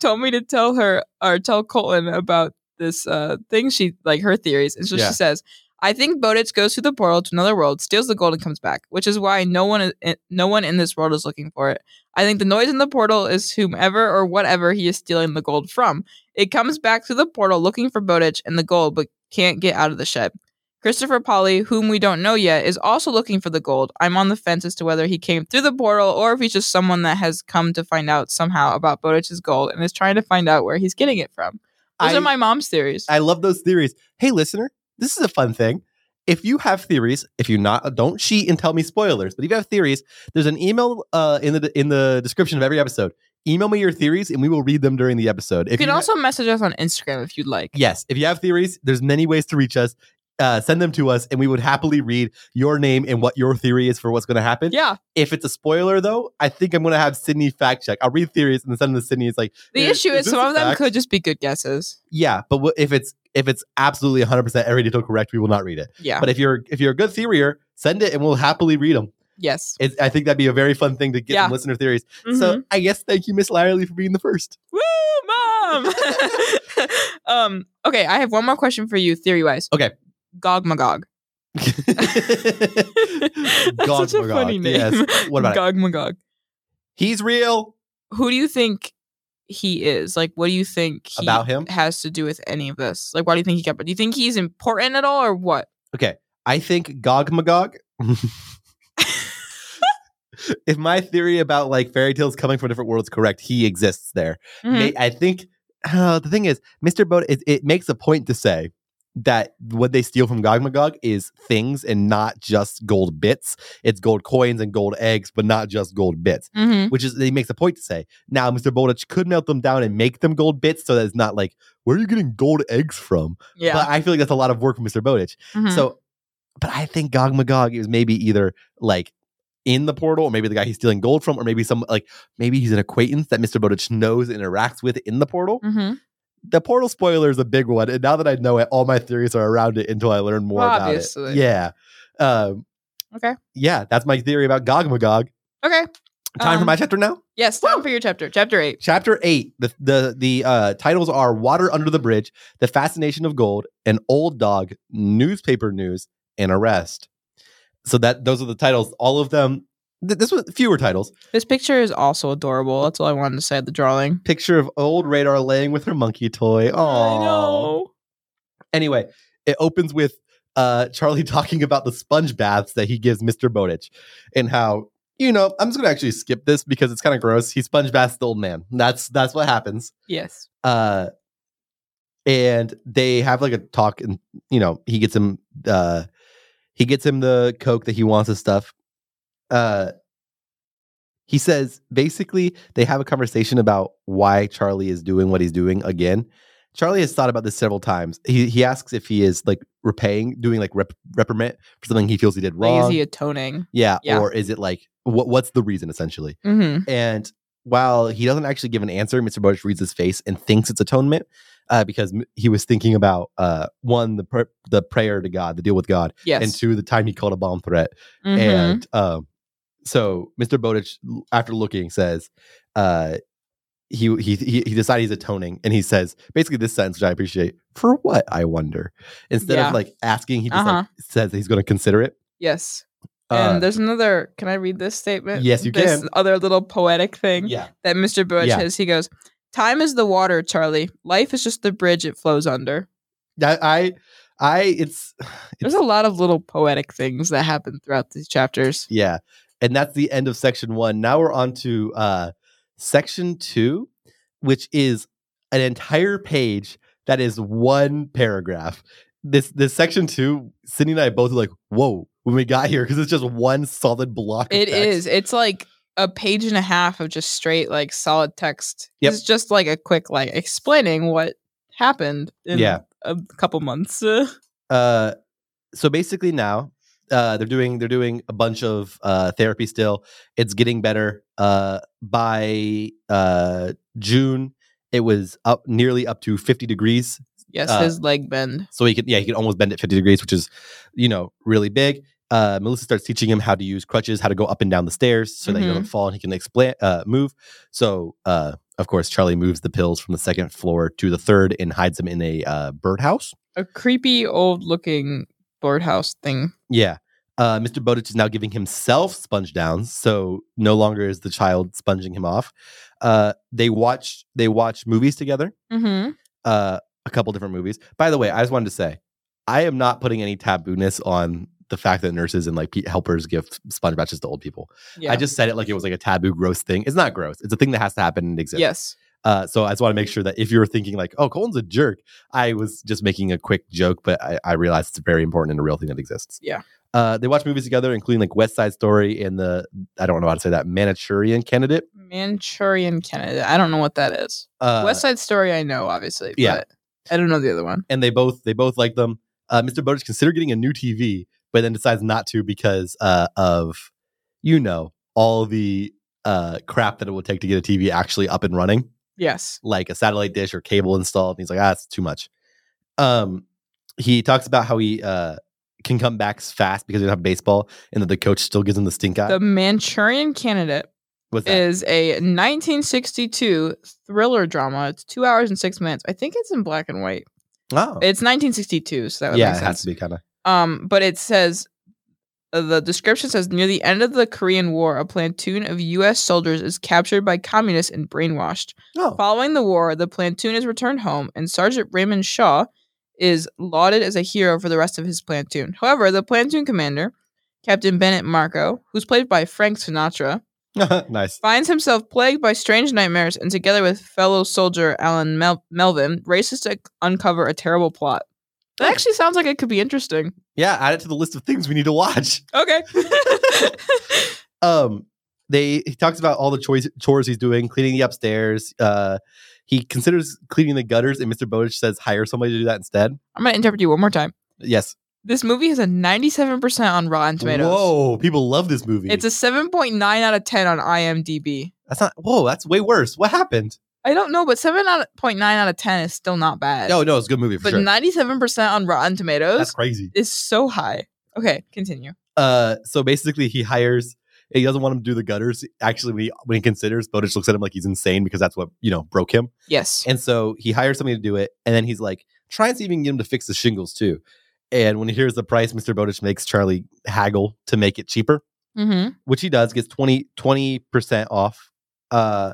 [SPEAKER 3] told me to tell her or tell Colin about this uh thing she like her theories and so
[SPEAKER 2] Yeah.
[SPEAKER 3] she says i think bodich goes through the portal to another world steals the gold and comes back which is why no one is, no one in this world is looking for it i think the noise in the portal is whomever or whatever he is stealing the gold from it comes back through the portal looking for bodich and the gold but can't get out of the shed Christopher Polly, whom we don't know yet, is also looking for the gold. I'm on the fence as to whether he came through the portal or if he's just someone that has come to find out somehow about Bodich's gold and is trying to find out where he's getting it from. Those
[SPEAKER 2] I-
[SPEAKER 3] are my mom's theories.
[SPEAKER 2] I love those theories. Hey, listener, this is a fun thing. If you have theories, if you not don't cheat and tell me spoilers, but if you have theories, there's an email uh, in the in the description of every episode. Email me your theories, and we will read them during the episode. If
[SPEAKER 3] you can also message us on Instagram if you'd like.
[SPEAKER 2] yes, if you have theories, there's many ways to reach us. Uh, send them to us, and we would happily read your name and what your theory is for what's going to happen.
[SPEAKER 3] Yeah.
[SPEAKER 2] If it's a spoiler, though, I think I'm going to have Sydney fact check. I'll read theories and then send them to Sydney. It's like
[SPEAKER 3] The
[SPEAKER 2] Is-
[SPEAKER 3] issue
[SPEAKER 2] is
[SPEAKER 3] is, some
[SPEAKER 2] this a
[SPEAKER 3] of them
[SPEAKER 2] fact?
[SPEAKER 3] could just be good guesses.
[SPEAKER 2] yeah, but wh- if it's if it's absolutely 100 percent every detail correct, we will not read it.
[SPEAKER 3] Yeah.
[SPEAKER 2] But if you're if you're a good theorier, send it and we'll happily read them.
[SPEAKER 3] yes.
[SPEAKER 2] It's, I think that'd be a very fun thing to get
[SPEAKER 3] Yeah.
[SPEAKER 2] from listener theories.
[SPEAKER 3] Mhm.
[SPEAKER 2] So I guess thank you, Miss Lyerly, for being the first.
[SPEAKER 3] Woo, mom. um, okay, I have one more question for you, theory wise.
[SPEAKER 2] Okay.
[SPEAKER 3] Gog Magog. That's such a
[SPEAKER 2] Gogmagog.
[SPEAKER 3] funny name.
[SPEAKER 2] Yes. What about it?
[SPEAKER 3] Gog Magog.
[SPEAKER 2] He's real.
[SPEAKER 3] who do you think he is? Like, what do you think he
[SPEAKER 2] About him?
[SPEAKER 3] has to do with any of this? Like, why do you think he got? Do you think he's important at all, or what?
[SPEAKER 2] I think Gog Magog. if my theory about like fairy tales coming from different worlds correct, he exists there.
[SPEAKER 3] Mhm.
[SPEAKER 2] Ma- I think uh, the thing is, Mr. Boat, it, it makes a point to say that what they steal from Gog Magog is things and not just gold bits. It's gold coins and gold eggs, but not just gold bits,
[SPEAKER 3] Mhm.
[SPEAKER 2] which is, he makes a point to say. Now, Mr. Bodich could melt them down and make them gold bits so that it's not like, where are you getting gold eggs from?
[SPEAKER 3] Yeah.
[SPEAKER 2] But I feel like that's a lot of work for Mr. Bodich.
[SPEAKER 3] Mhm.
[SPEAKER 2] So, but I think Gog Magog is maybe either like in the portal, or maybe the guy he's stealing gold from, or maybe some like maybe he's an acquaintance that Mr. Bodich knows and interacts with in the portal.
[SPEAKER 3] Mhm.
[SPEAKER 2] The portal spoiler is a big one, and now that I know it, all my theories are around it until I learn more
[SPEAKER 3] Well,
[SPEAKER 2] about it.
[SPEAKER 3] obviously.
[SPEAKER 2] Yeah. Um,
[SPEAKER 3] Okay.
[SPEAKER 2] Yeah, that's my theory about Gog Magog.
[SPEAKER 3] okay.
[SPEAKER 2] Time for
[SPEAKER 3] Um,
[SPEAKER 2] my chapter now.
[SPEAKER 3] Yes. Time for your chapter. Chapter eight.
[SPEAKER 2] Chapter eight. The the the uh, titles are "Water Under the Bridge," "The Fascination of Gold," "An Old Dog," "Newspaper News," and "Arrest." So that those are the titles. All of them. th- this was fewer titles.
[SPEAKER 3] This picture is also adorable. That's all I wanted to say. at The drawing.
[SPEAKER 2] Picture of old radar laying with her monkey toy.
[SPEAKER 3] I
[SPEAKER 2] Oh,
[SPEAKER 3] know.
[SPEAKER 2] anyway, it opens with uh, Charlie talking about the sponge baths that he gives Mr. Bowditch and how, you know, I'm just gonna actually skip this because it's kind of gross. He sponge baths the old man. That's that's what happens.
[SPEAKER 3] Yes.
[SPEAKER 2] uh and they have like a talk and you know he gets him uh he gets him the coke that he wants and stuff uh he says basically they have a conversation about why charlie is doing what he's doing again charlie has thought about this several times he he asks if he is like repaying doing like rep- reprimand for something he feels he did
[SPEAKER 3] Like,
[SPEAKER 2] wrong
[SPEAKER 3] is he atoning?
[SPEAKER 2] yeah,
[SPEAKER 3] Yeah.
[SPEAKER 2] or is it like what what's the reason essentially
[SPEAKER 3] Mm-hmm.
[SPEAKER 2] and while he doesn't actually give an answer, Mr. Bodich reads his face and thinks it's atonement uh, because m- he was thinking about uh, one, the, pr- the prayer to God, the deal with God,
[SPEAKER 3] Yes.
[SPEAKER 2] and two, the time he called a bomb threat.
[SPEAKER 3] Mhm.
[SPEAKER 2] And um, so Mr. Bodich, l- after looking, says, uh, he, he he he decided he's atoning, and he says basically this sentence, which I appreciate. For what I wonder. Instead
[SPEAKER 3] Yeah.
[SPEAKER 2] of like asking, he just
[SPEAKER 3] Uh-huh.
[SPEAKER 2] like says he's going to consider it.
[SPEAKER 3] yes.
[SPEAKER 2] Uh,
[SPEAKER 3] and there's another. Can I read this statement?
[SPEAKER 2] Yes, you
[SPEAKER 3] this
[SPEAKER 2] can.
[SPEAKER 3] Other little poetic thing.
[SPEAKER 2] yeah,
[SPEAKER 3] that Mr. Butch
[SPEAKER 2] Yeah.
[SPEAKER 3] has. He goes, Time is the water, Charlie. Life is just the bridge it flows under.
[SPEAKER 2] I I, I it's
[SPEAKER 3] There's a lot of little poetic things that happen throughout these chapters.
[SPEAKER 2] Yeah. And that's the end of section one. Now we're on to uh, section two, which is an entire page that is one paragraph. This this section two, Sydney and I both were like, whoa, when we got here, because it's just one solid block.
[SPEAKER 3] It
[SPEAKER 2] of text.
[SPEAKER 3] is. It's like a page and a half of just straight, like solid text.
[SPEAKER 2] Yep.
[SPEAKER 3] It's just like a quick, like explaining what happened in
[SPEAKER 2] Yeah.
[SPEAKER 3] a couple months. Uh,
[SPEAKER 2] Uh, so basically now uh, they're doing they're doing a bunch of uh, therapy still. It's getting better. Uh, by uh, June, it was up nearly up to fifty degrees
[SPEAKER 3] yes,
[SPEAKER 2] Uh,
[SPEAKER 3] his leg bend.
[SPEAKER 2] So he can, yeah, he can almost bend it 50 degrees, which is, you know, really big. Uh, Melissa starts teaching him how to use crutches, how to go up and down the stairs so that he
[SPEAKER 3] Mhm.
[SPEAKER 2] doesn't fall and he can expla- uh, move. So uh, Of course, Charlie moves the pills from the second floor to the third and hides them in a uh, birdhouse.
[SPEAKER 3] A creepy old looking birdhouse thing.
[SPEAKER 2] Yeah. Uh, Mr. Bowditch is now giving himself sponge downs, so no longer is the child sponging him off. Uh, they watch they watch movies together,
[SPEAKER 3] Mm-hmm.
[SPEAKER 2] uh, a couple different movies. By the way, I just wanted to say, I am not putting any tabooness on the fact that nurses and like pe- helpers give sponge batches to old people.
[SPEAKER 3] Yeah.
[SPEAKER 2] I just said it like it was like a taboo, gross thing. It's not gross. It's a thing that has to happen and exists.
[SPEAKER 3] yes.
[SPEAKER 2] Uh, so I just want to make sure that if you were thinking like, "Oh, Colton's a jerk," I was just making a quick joke, but I, I realized it's very important and a real thing that exists.
[SPEAKER 3] Yeah.
[SPEAKER 2] Uh, they watch movies together, including like West Side Story and the I don't know how to say that Manchurian Candidate.
[SPEAKER 3] Manchurian Candidate. I don't know what that is.
[SPEAKER 2] Uh,
[SPEAKER 3] West Side Story, I know, obviously.
[SPEAKER 2] yeah.
[SPEAKER 3] But I don't know the other one.
[SPEAKER 2] and they both they both like them. Uh, Mr. Bowditch considered getting a new TV, but then decides not to because uh, of you know all the uh, crap that it would take to get a TV actually up and running.
[SPEAKER 3] Yes.
[SPEAKER 2] like a satellite dish or cable installed. And he's like, ah, it's too much. Um, he talks about how he uh can come back s- fast because he doesn't have baseball, and that the coach still gives him the stink eye.
[SPEAKER 3] The Manchurian Candidate
[SPEAKER 2] What's Uh, that?
[SPEAKER 3] is a 1962 thriller drama. It's two hours and six minutes. I think it's in black and white.
[SPEAKER 2] oh,
[SPEAKER 3] It's 1962, so that would
[SPEAKER 2] yeah,
[SPEAKER 3] make
[SPEAKER 2] it has
[SPEAKER 3] sense.
[SPEAKER 2] to be kind of.
[SPEAKER 3] Um, but it says uh, the description says near the end of the Korean War, a platoon of U.S. soldiers is captured by communists and brainwashed.
[SPEAKER 2] Oh,
[SPEAKER 3] Following the war, the platoon is returned home, and Sergeant Raymond Shaw is lauded as a hero for the rest of his platoon. However, the platoon commander, Captain Bennett Marco, who's played by Frank Sinatra, Oh.
[SPEAKER 2] nice.
[SPEAKER 3] finds himself plagued by strange nightmares and together with fellow soldier Alan Mel- Melvin races to uncover a terrible plot. That actually sounds like it could be interesting.
[SPEAKER 2] Yeah, add it to the list of things we need to watch.
[SPEAKER 3] Okay.
[SPEAKER 2] Um, they he talks about all the choice, chores he's doing, cleaning the upstairs. Uh, he considers cleaning the gutters, and Mr. Bowditch says hire somebody to do that instead.
[SPEAKER 3] I'm going to interrupt you one more time.
[SPEAKER 2] Yes.
[SPEAKER 3] This movie has a 97% on Rotten Tomatoes.
[SPEAKER 2] Whoa, people love this movie.
[SPEAKER 3] It's a 7.9 out of 10 on IMDb.
[SPEAKER 2] that's not. Whoa, that's way worse. What happened?
[SPEAKER 3] I don't know, but 7.9 out of 10 is still not bad.
[SPEAKER 2] No, no, it's a good movie for
[SPEAKER 3] but
[SPEAKER 2] sure.
[SPEAKER 3] 97% on Rotten
[SPEAKER 2] That's
[SPEAKER 3] Tomatoes
[SPEAKER 2] crazy.
[SPEAKER 3] is so high. Okay, continue.
[SPEAKER 2] Uh, so basically, he hires. He doesn't want him to do the gutters. Actually, when he, when he considers, Bowditch looks at him like he's insane because that's what you know broke him.
[SPEAKER 3] Yes.
[SPEAKER 2] And so he hires somebody to do it, and then he's like, try and see if you can get him to fix the shingles too. And when he hears the price, Mister Bowditch makes Charlie haggle to make it cheaper,
[SPEAKER 3] Mm-hmm.
[SPEAKER 2] which he does. Gets 20 percent off. Uh,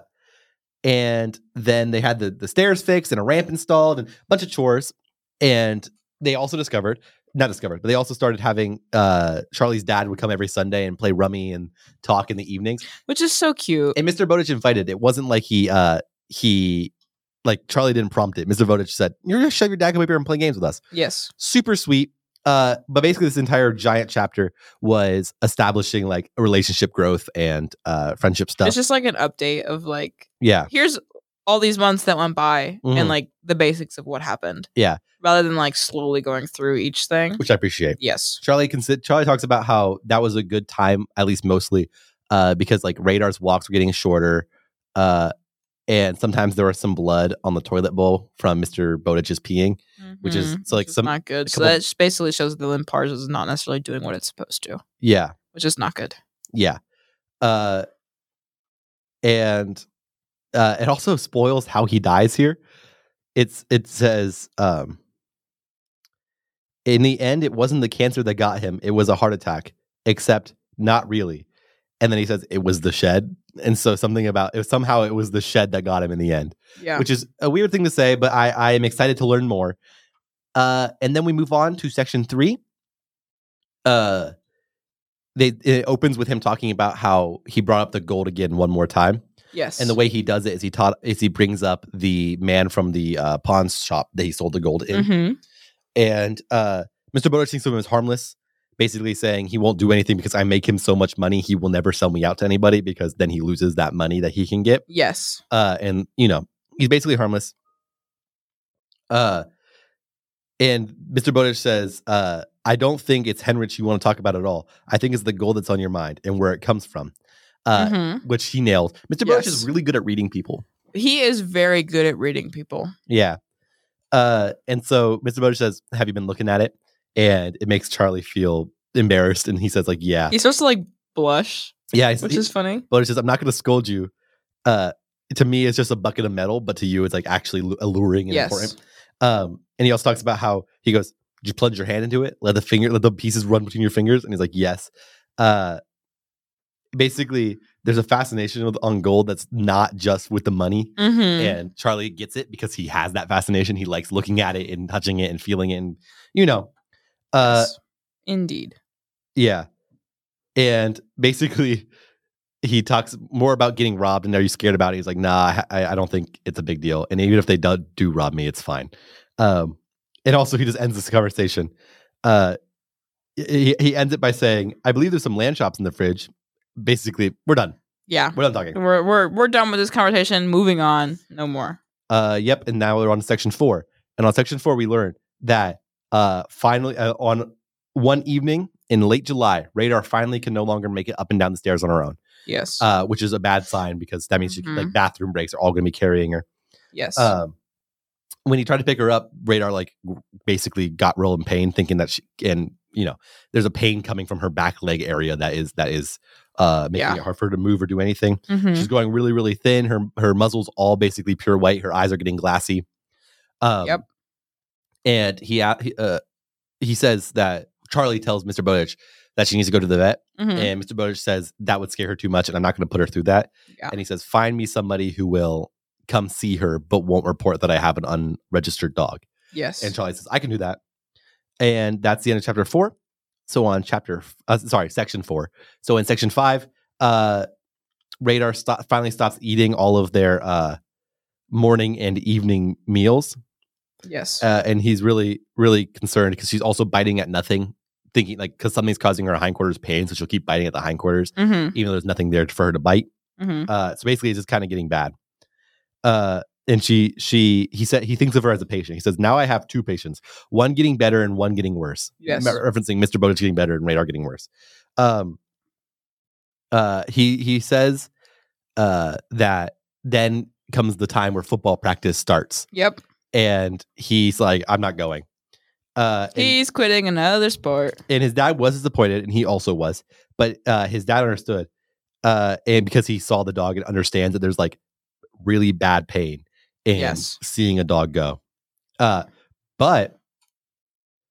[SPEAKER 2] and then they had the the stairs fixed and a ramp installed and a bunch of chores. And they also discovered, not discovered, but they also started having uh, Charlie's dad would come every Sunday and play rummy and talk in the evenings.
[SPEAKER 3] Which is so cute.
[SPEAKER 2] And Mr. Bowditch invited. It wasn't like he uh, he like Charlie didn't prompt it. Mr. Bowditch said, "You're gonna shove your dad come up here and play games with us."
[SPEAKER 3] yes.
[SPEAKER 2] Super sweet. Uh, but basically, this entire giant chapter was establishing like relationship growth and uh, friendship stuff.
[SPEAKER 3] It's just like an update of like,
[SPEAKER 2] yeah,
[SPEAKER 3] here's all these months that went by
[SPEAKER 2] Mhm.
[SPEAKER 3] and like the basics of what happened.
[SPEAKER 2] Yeah.
[SPEAKER 3] Rather than like slowly going through each thing.
[SPEAKER 2] which I appreciate.
[SPEAKER 3] Yes.
[SPEAKER 2] Charlie consi- Charlie talks about how that was a good time, at least mostly, uh, because like radar's walks were getting shorter, uh, and sometimes there was some blood on the toilet bowl from Mister Bowditch's peeing, which is
[SPEAKER 3] Mhm.
[SPEAKER 2] so like
[SPEAKER 3] It's
[SPEAKER 2] some
[SPEAKER 3] not good. So
[SPEAKER 2] couple-
[SPEAKER 3] that just basically shows that the Limpars is not necessarily doing what it's supposed to,
[SPEAKER 2] yeah
[SPEAKER 3] which is not good.
[SPEAKER 2] yeah, uh, and uh, it also spoils how he dies here. It's it says um, in the end it wasn't the cancer that got him; it was a heart attack. Except not really. And then he says it was the shed, and so something about it, somehow it was the shed that got him in the end
[SPEAKER 3] Yeah.
[SPEAKER 2] which is a weird thing to say, but I, I am excited to learn more. Uh, and then we move on to section three. Uh, they it opens with him talking about how he brought up the gold again one more time,
[SPEAKER 3] yes.
[SPEAKER 2] and the way he does it is he taught is he brings up the man from the uh, pawn shop that he sold the gold in,
[SPEAKER 3] hmm
[SPEAKER 2] and uh, Mr. Bowditch thinks of him as harmless. Basically saying he won't do anything because I make him so much money, he will never sell me out to anybody because then he loses that money that he can get
[SPEAKER 3] Yes.
[SPEAKER 2] uh and you know he's basically harmless uh and mr bowditch says uh i don't think it's henrich you want to talk about at all i think it's the goal that's on your mind and where it comes from uh
[SPEAKER 3] Mhm.
[SPEAKER 2] which he nailed mr bowditch is
[SPEAKER 3] Yes.
[SPEAKER 2] really good at reading people
[SPEAKER 3] He is very good at reading people.
[SPEAKER 2] yeah uh and so mr bowditch says have you been looking at it and it makes charlie feel embarrassed and he says like yeah
[SPEAKER 3] He's supposed to like blush,
[SPEAKER 2] yeah he's-
[SPEAKER 3] which
[SPEAKER 2] Uh, he-
[SPEAKER 3] is funny.
[SPEAKER 2] bowditch says i'm not going to scold you uh to me it's just a bucket of metal, but to you it's like actually lu- alluring and
[SPEAKER 3] yes.
[SPEAKER 2] important. Um, and he also talks about how he goes, "Did you plunge your hand into it? Let the finger, let the pieces run between your fingers." And he's like, "Yes." Uh, basically, there's a fascination with, on gold that's not just with the money.
[SPEAKER 3] Mm-hmm.
[SPEAKER 2] And Charlie gets it because he has that fascination. He likes looking at it and touching it and feeling it, and you know, uh,
[SPEAKER 3] Indeed.
[SPEAKER 2] yeah. And basically, he talks more about getting robbed and are you scared about it? He's like, nah, I, I don't think it's a big deal. And even if they do, do rob me, it's fine. Um, and also, he just ends this conversation. Uh, he, he ends it by saying, I believe there's some land shops in the fridge. Basically, we're done.
[SPEAKER 3] Yeah.
[SPEAKER 2] We're done talking.
[SPEAKER 3] We're we're we're done with this conversation. Moving on. No more.
[SPEAKER 2] Uh, yep. And now we're on section four. And on section four, we learn that uh, finally, uh, on one evening in late July, Radar finally can no longer make it up and down the stairs on her own,
[SPEAKER 3] Yes.
[SPEAKER 2] uh, which is a bad sign because that means she,
[SPEAKER 3] Mhm.
[SPEAKER 2] like bathroom breaks are all going to be carrying her.
[SPEAKER 3] yes.
[SPEAKER 2] Um, when he tried to pick her up, Radar like w- basically got real in pain, thinking that she and you know there's a pain coming from her back leg area that is that is uh, making
[SPEAKER 3] Yeah.
[SPEAKER 2] it hard for her to move or do anything.
[SPEAKER 3] Mhm.
[SPEAKER 2] She's going really, really thin. Her her muzzle's all basically pure white. Her eyes are getting glassy. Um,
[SPEAKER 3] Yep.
[SPEAKER 2] And he a- he, uh, he says that Charlie tells Mr. Bowditch that she needs to go to the vet,
[SPEAKER 3] Mhm.
[SPEAKER 2] and Mr. Bowditch says that would scare her too much, and I'm not going to put her through that.
[SPEAKER 3] Yeah.
[SPEAKER 2] And he says, find me somebody who will come see her, but won't report that I have an unregistered dog.
[SPEAKER 3] yes.
[SPEAKER 2] And Charlie says, I can do that. And that's the end of chapter four. So on chapter, f- uh, sorry, section four. So in section five, uh, Radar sto- finally stops eating all of their uh, morning and evening meals.
[SPEAKER 3] yes.
[SPEAKER 2] Uh, and he's really, really concerned because she's also biting at nothing, thinking like, because something's causing her hindquarters pain. So she'll keep biting at the hindquarters,
[SPEAKER 3] mm-hmm.
[SPEAKER 2] even though there's nothing there for her to bite.
[SPEAKER 3] Mm-hmm.
[SPEAKER 2] Uh, so basically, it's just kind of getting bad. Uh, and she, she, he said, he thinks of her as a patient. He says, now I have two patients, one getting better and one getting worse.
[SPEAKER 3] Yes.
[SPEAKER 2] Me- referencing Mr. Bowditch getting better and Radar getting worse. Um, uh, he, he says, uh, that then comes the time where football practice starts
[SPEAKER 3] Yep.
[SPEAKER 2] and he's like, I'm not going. Uh, and-
[SPEAKER 3] He's quitting another sport.
[SPEAKER 2] and his dad was disappointed and he also was but uh his dad understood uh and because he saw the dog and understands that there's like really bad pain in
[SPEAKER 3] Yes.
[SPEAKER 2] seeing a dog go uh but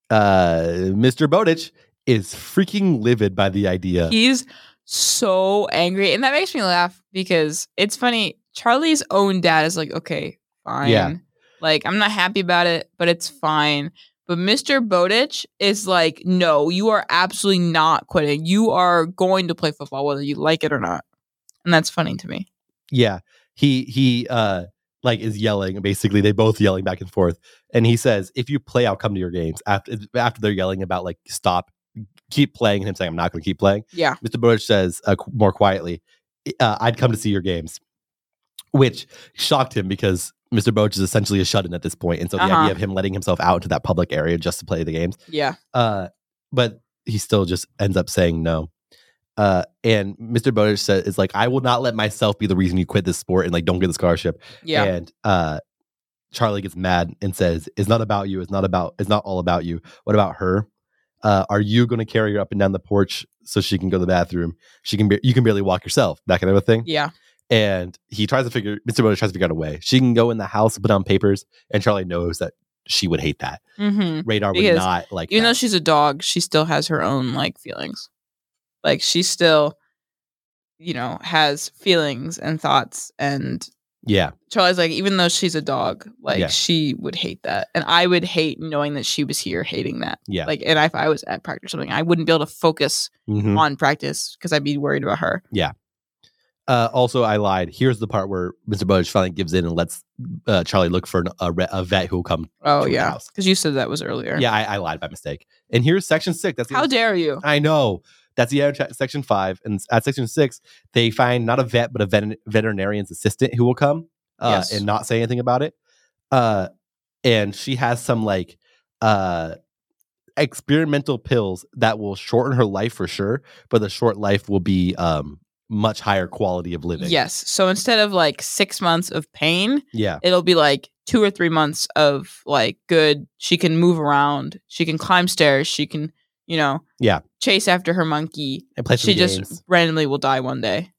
[SPEAKER 2] uh mr Bowditch is freaking livid by the idea
[SPEAKER 3] He's so angry. And that makes me laugh because it's funny. Charlie's own dad is like, okay, fine.
[SPEAKER 2] Yeah.
[SPEAKER 3] Like, I'm not happy about it, but it's fine. But Mr. Bowditch is like, no, you are absolutely not quitting. You are going to play football, whether you like it or not. And that's funny to me.
[SPEAKER 2] yeah he he uh like is yelling basically they both yelling back and forth and he says if you play i'll come to your games after after they're yelling about like stop keep playing and him saying i'm not going to keep playing
[SPEAKER 3] Yeah.
[SPEAKER 2] Mr. Bowditch says uh, qu- more quietly, uh, I'd come to see your games, which shocked him because Mr. Bowditch is essentially a shut in at this point. And so the
[SPEAKER 3] Uh-huh.
[SPEAKER 2] idea of him letting himself out into that public area just to play the games,
[SPEAKER 3] Yeah.
[SPEAKER 2] uh, but he still just ends up saying no. Uh, and Mr. Bowditch says, is like, I will not let myself be the reason you quit this sport and like don't get the scholarship.
[SPEAKER 3] Yeah.
[SPEAKER 2] And uh, Charlie gets mad and says, "It's not about you. It's not about. It's not all about you. What about her? Uh, are you going to carry her up and down the porch so she can go to the bathroom? She can. Be- you can barely walk yourself. That kind of a thing."
[SPEAKER 3] Yeah.
[SPEAKER 2] And he tries to figure. Mister Bowditch tries to figure out a way. She can go in the house, put on papers, and Charlie knows that she would hate that.
[SPEAKER 3] Mm-hmm.
[SPEAKER 2] Radar would
[SPEAKER 3] Because
[SPEAKER 2] not like.
[SPEAKER 3] even
[SPEAKER 2] that.
[SPEAKER 3] though she's a dog, she still has her own like feelings. Like she still, you know, has feelings and thoughts. And
[SPEAKER 2] yeah,
[SPEAKER 3] Charlie's like, even though she's a dog, like
[SPEAKER 2] Yeah.
[SPEAKER 3] she would hate that, and I would hate knowing that she was here hating that.
[SPEAKER 2] yeah,
[SPEAKER 3] Like, and if I was at practice or something, I wouldn't be able to focus
[SPEAKER 2] Mhm.
[SPEAKER 3] on practice because I'd be worried about her.
[SPEAKER 2] Uh, also, I lied. Here's the part where Mister Bowditch finally gives in and lets uh, Charlie look for an, a, re- a vet who will come.
[SPEAKER 3] Oh
[SPEAKER 2] True
[SPEAKER 3] yeah,
[SPEAKER 2] house.
[SPEAKER 3] because you said that was earlier.
[SPEAKER 2] Yeah, I, I lied by mistake. And here's section six. That's the
[SPEAKER 3] How
[SPEAKER 2] end-
[SPEAKER 3] dare you?
[SPEAKER 2] I know. That's the end of cha- section five. And s- at section six, they find not a vet, but a vet- veterinarian's assistant who will come uh,
[SPEAKER 3] Yes.
[SPEAKER 2] and not say anything about it. Uh, and she has some like uh, experimental pills that will shorten her life for sure, but the short life will be um, much higher quality of living.
[SPEAKER 3] Yes. So instead of like six months of pain,
[SPEAKER 2] Yeah.
[SPEAKER 3] it'll be like two or three months of like good she can move around she can climb stairs she can you know
[SPEAKER 2] Yeah.
[SPEAKER 3] chase after her monkey
[SPEAKER 2] And play some
[SPEAKER 3] she just
[SPEAKER 2] games.
[SPEAKER 3] randomly will die one day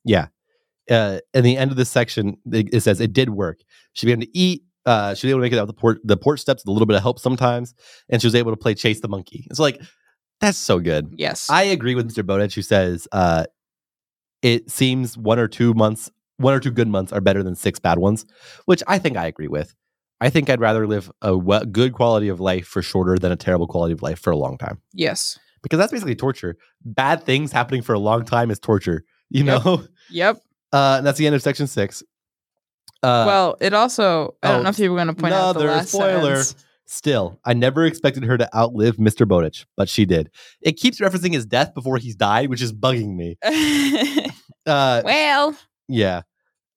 [SPEAKER 2] uh, in the end of this section, it, it says it did work. She began to eat. Uh, she was able to make it out the port, the port steps with a little bit of help sometimes, and she was able to play chase the monkey. It's like that's so good.
[SPEAKER 3] Yes.
[SPEAKER 2] I agree with Mr. Bodich, who says uh, it seems one or two months, one or two good months are better than six bad ones, which I think I agree with. I think I'd rather live a we- good quality of life for shorter than a terrible quality of life for a long time
[SPEAKER 3] yes.
[SPEAKER 2] because that's basically torture. Bad things happening for a long time is torture, you
[SPEAKER 3] Yep.
[SPEAKER 2] know?
[SPEAKER 3] Yep.
[SPEAKER 2] Uh, and that's the end of section six. Uh,
[SPEAKER 3] well, it also I
[SPEAKER 2] oh,
[SPEAKER 3] don't know if you were going to point out the
[SPEAKER 2] another
[SPEAKER 3] last
[SPEAKER 2] spoiler.
[SPEAKER 3] sentence.
[SPEAKER 2] Still, I never expected her to outlive Mr. Bowditch, but she did. It keeps referencing his death before he's died, which is bugging me. Uh,
[SPEAKER 3] well,
[SPEAKER 2] yeah.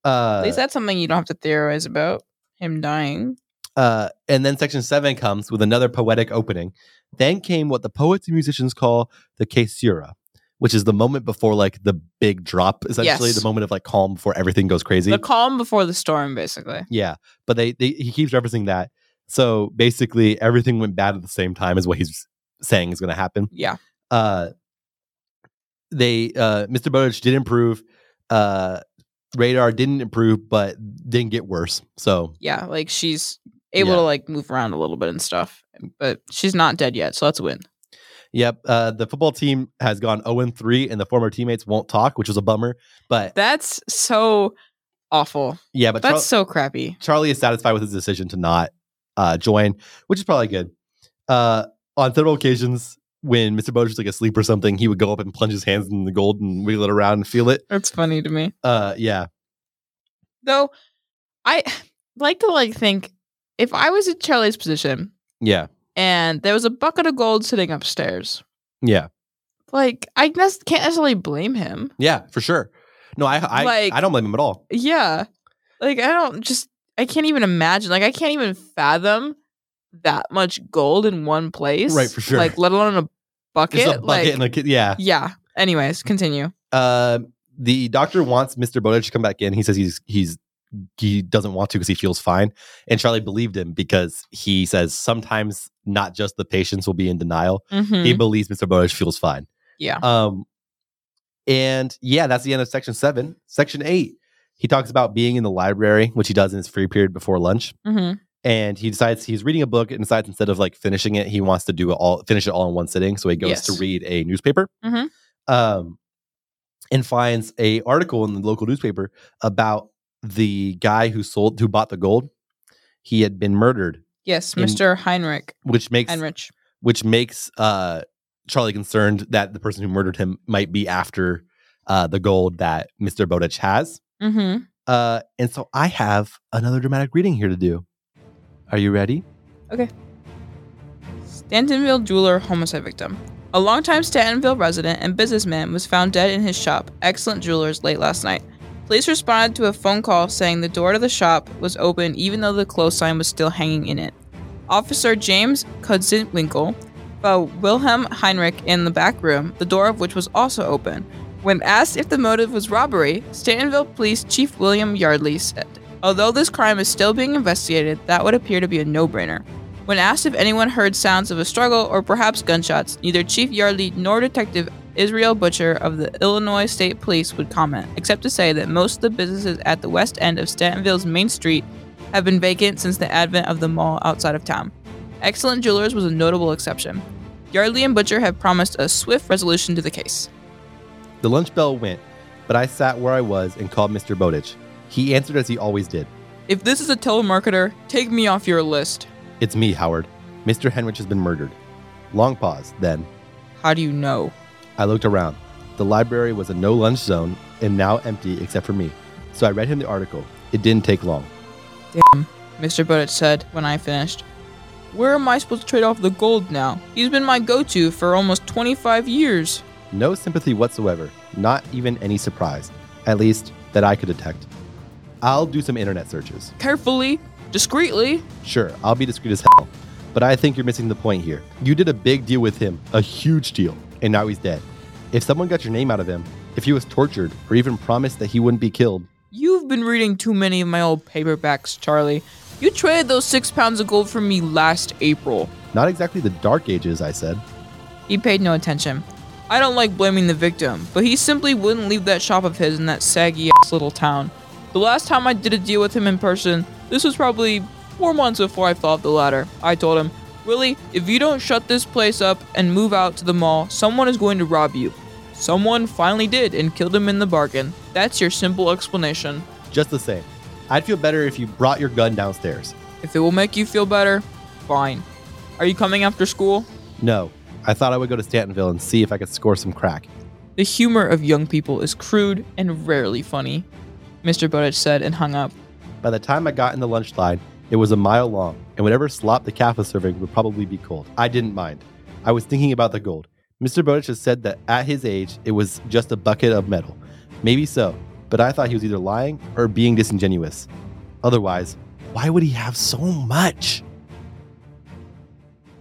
[SPEAKER 2] Uh,
[SPEAKER 3] at least that's something you don't have to theorize about him dying.
[SPEAKER 2] Uh, and then section seven comes with another poetic opening. Then came what the poets and musicians call the caesura, which is the moment before like the big drop, essentially
[SPEAKER 3] Yes.
[SPEAKER 2] the moment of like calm before everything goes crazy.
[SPEAKER 3] The calm before the storm, basically.
[SPEAKER 2] yeah, but they, they he keeps referencing that. So basically, everything went bad at the same time is what he's saying is going to happen.
[SPEAKER 3] Yeah.
[SPEAKER 2] Uh, they uh, Mr. Bowditch did improve. Uh, radar didn't improve, but didn't get worse. So
[SPEAKER 3] Yeah. Like she's able
[SPEAKER 2] Yeah.
[SPEAKER 3] to like move around a little bit and stuff, but she's not dead yet. So that's a win.
[SPEAKER 2] Yep. Uh, the football team has gone 0 3, and the former teammates won't talk, which was a bummer. But
[SPEAKER 3] That's so awful.
[SPEAKER 2] yeah, but Char-
[SPEAKER 3] That's so crappy.
[SPEAKER 2] Charlie is satisfied with his decision to not uh, join, which is probably good. Uh, on several occasions, when Mr. Bojic was like asleep or something, he would go up and plunge his hands in the gold and wiggle it around and feel it.
[SPEAKER 3] That's funny to me.
[SPEAKER 2] Uh, yeah.
[SPEAKER 3] Though I like to like think if I was in Charlie's position
[SPEAKER 2] Yeah.
[SPEAKER 3] and there was a bucket of gold sitting upstairs,
[SPEAKER 2] Yeah.
[SPEAKER 3] like I guess can't necessarily blame him.
[SPEAKER 2] Yeah, for sure. No, I I,
[SPEAKER 3] Like-
[SPEAKER 2] I don't blame him at all.
[SPEAKER 3] Yeah. Like I don't just I can't even imagine. Like I can't even fathom that much gold in one place.
[SPEAKER 2] Right, for sure.
[SPEAKER 3] Like let alone a bucket.
[SPEAKER 2] It's a bucket
[SPEAKER 3] like
[SPEAKER 2] and a Mm-hmm. kid. Yeah.
[SPEAKER 3] yeah. Anyways, continue.
[SPEAKER 2] Uh, the doctor wants Mr. Bowditch to come back in. He says he's he's he doesn't want to because he feels fine. And Charlie believed him because he says sometimes not just the patients will be in denial.
[SPEAKER 3] Mhm.
[SPEAKER 2] He believes Mr. Bowditch feels fine.
[SPEAKER 3] Yeah.
[SPEAKER 2] Um, and yeah, that's the end of section seven. Section eight, he talks about being in the library, which he does in his free period before lunch.
[SPEAKER 3] Mhm.
[SPEAKER 2] And he decides he's reading a book and decides instead of like finishing it, he wants to do it all, finish it all in one sitting. So he goes to
[SPEAKER 3] Yes.
[SPEAKER 2] read a newspaper
[SPEAKER 3] Mhm.
[SPEAKER 2] um, and finds a article in the local newspaper about the guy who sold, who bought the gold. He had been murdered,
[SPEAKER 3] Yes,
[SPEAKER 2] In-
[SPEAKER 3] Mr. Heinrich.
[SPEAKER 2] which makes
[SPEAKER 3] Heinrich.
[SPEAKER 2] which makes uh, Charlie concerned that the person who murdered him might be after uh, the gold that Mr. Bodich has.
[SPEAKER 3] Mm-hmm.
[SPEAKER 2] Uh, and so I have another dramatic reading here to do. Are you ready?
[SPEAKER 3] Stantonville jeweler homicide victim. A longtime Stantonville resident and businessman was found dead in his shop, Excellent Jewelers, late last night. Police responded to a phone call saying the door to the shop was open even though the clothes sign was still hanging in it. Officer James Kudzinwinkel found Wilhelm Heinrich in the back room, the door of which was also open. When asked if the motive was robbery, Stantonville Police Chief William Yardley said, Although this crime is still being investigated, that would appear to be a no brainer. When asked if anyone heard sounds of a struggle or perhaps gunshots, neither Chief Yardley nor Detective Israel Butcher of the Illinois State Police would comment, except to say that most of the businesses at the west end of Stantonville's Main Street have been vacant since the advent of the mall outside of town. Excellent Jewelers was a notable exception. Yardley and Butcher have promised a swift resolution to the case.
[SPEAKER 2] The lunch bell went, but I sat where I was and called Mr. Bodich. He answered as he always did.
[SPEAKER 3] If this is a telemarketer, take me off your list.
[SPEAKER 2] It's me, Howard. Mr. Henrich has been murdered. Long pause, then.
[SPEAKER 3] How do you know?
[SPEAKER 2] I looked around. The library was a no lunch zone and now empty except for me. So I read him the article. It didn't take long.
[SPEAKER 3] Mr. Bodich said when I finished. Where am I supposed to trade off the gold now? He's been my go to for almost 25 years.
[SPEAKER 2] No sympathy whatsoever, not even any surprise, at least that I could detect. I'll do some internet searches.
[SPEAKER 3] Carefully, discreetly.
[SPEAKER 2] Sure, I'll be discreet as hell, but I think you're missing the point here. You did a big deal with him, a huge deal, and now he's dead. If someone got your name out of him, if he was tortured or even promised that he wouldn't be killed,
[SPEAKER 3] You've been reading too many of my old paperbacks, Charlie. You traded those six pounds of gold for me last April.
[SPEAKER 2] not exactly the dark ages, I said.
[SPEAKER 3] He paid no attention. I don't like blaming the victim, but he simply wouldn't leave that shop of his in that saggy ass little town. The last time I did a deal with him in person, this was probably four months before I fell off the ladder. I told him, Willie, if you don't shut this place up and move out to the mall, someone is going to rob you. Someone finally did and killed him in the bargain. That's your simple explanation.
[SPEAKER 2] Just the same. I'd feel better if you brought your gun downstairs.
[SPEAKER 3] If it will make you feel better, fine. Are you coming after school?
[SPEAKER 2] No, I thought I would go to Stantonville and see if I could score some crack.
[SPEAKER 3] The humor of young people is crude and rarely funny, Mr. Bowditch said and hung up.
[SPEAKER 2] By the time I got in the lunch line, it was a mile long, and whatever slop the calf was serving would probably be cold. I didn't mind. I was thinking about the gold. Mr. Bowditch has said that at his age, it was just a bucket of metal. Maybe so, but I thought he was either lying or being disingenuous. Otherwise, why would he have so much?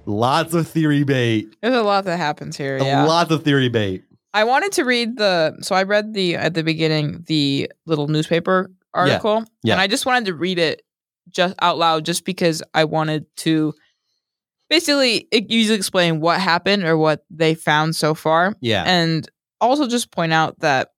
[SPEAKER 2] Lots of theory bait.
[SPEAKER 3] There's a lot that happens here. yeah.
[SPEAKER 2] Lots of theory bait.
[SPEAKER 3] I wanted to read the so I read the at the beginning the little newspaper article
[SPEAKER 2] yeah.
[SPEAKER 3] and I just wanted to read it just out loud just because I wanted to basically e-, it usually explain what happened or what they found so far
[SPEAKER 2] Yeah.
[SPEAKER 3] and also just point out that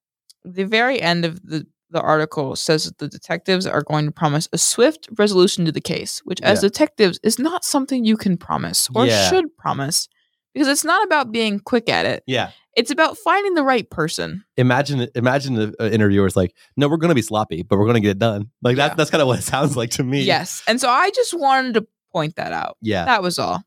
[SPEAKER 3] the very end of the the article says that the detectives are going to promise a swift resolution to the case, which, as
[SPEAKER 2] Yeah.
[SPEAKER 3] detectives, is not something you can promise or
[SPEAKER 2] Yeah.
[SPEAKER 3] should promise because it's not about being quick at it.
[SPEAKER 2] Yeah.
[SPEAKER 3] It's about finding the right person.
[SPEAKER 2] Imagine imagine the uh, interviewer's like, no, we're gonna be sloppy, but we're gonna get it done. Like that,
[SPEAKER 3] Yeah.
[SPEAKER 2] that's kind of what it sounds like to me.
[SPEAKER 3] Yes. And so I just wanted to point that out.
[SPEAKER 2] Yeah.
[SPEAKER 3] That was all.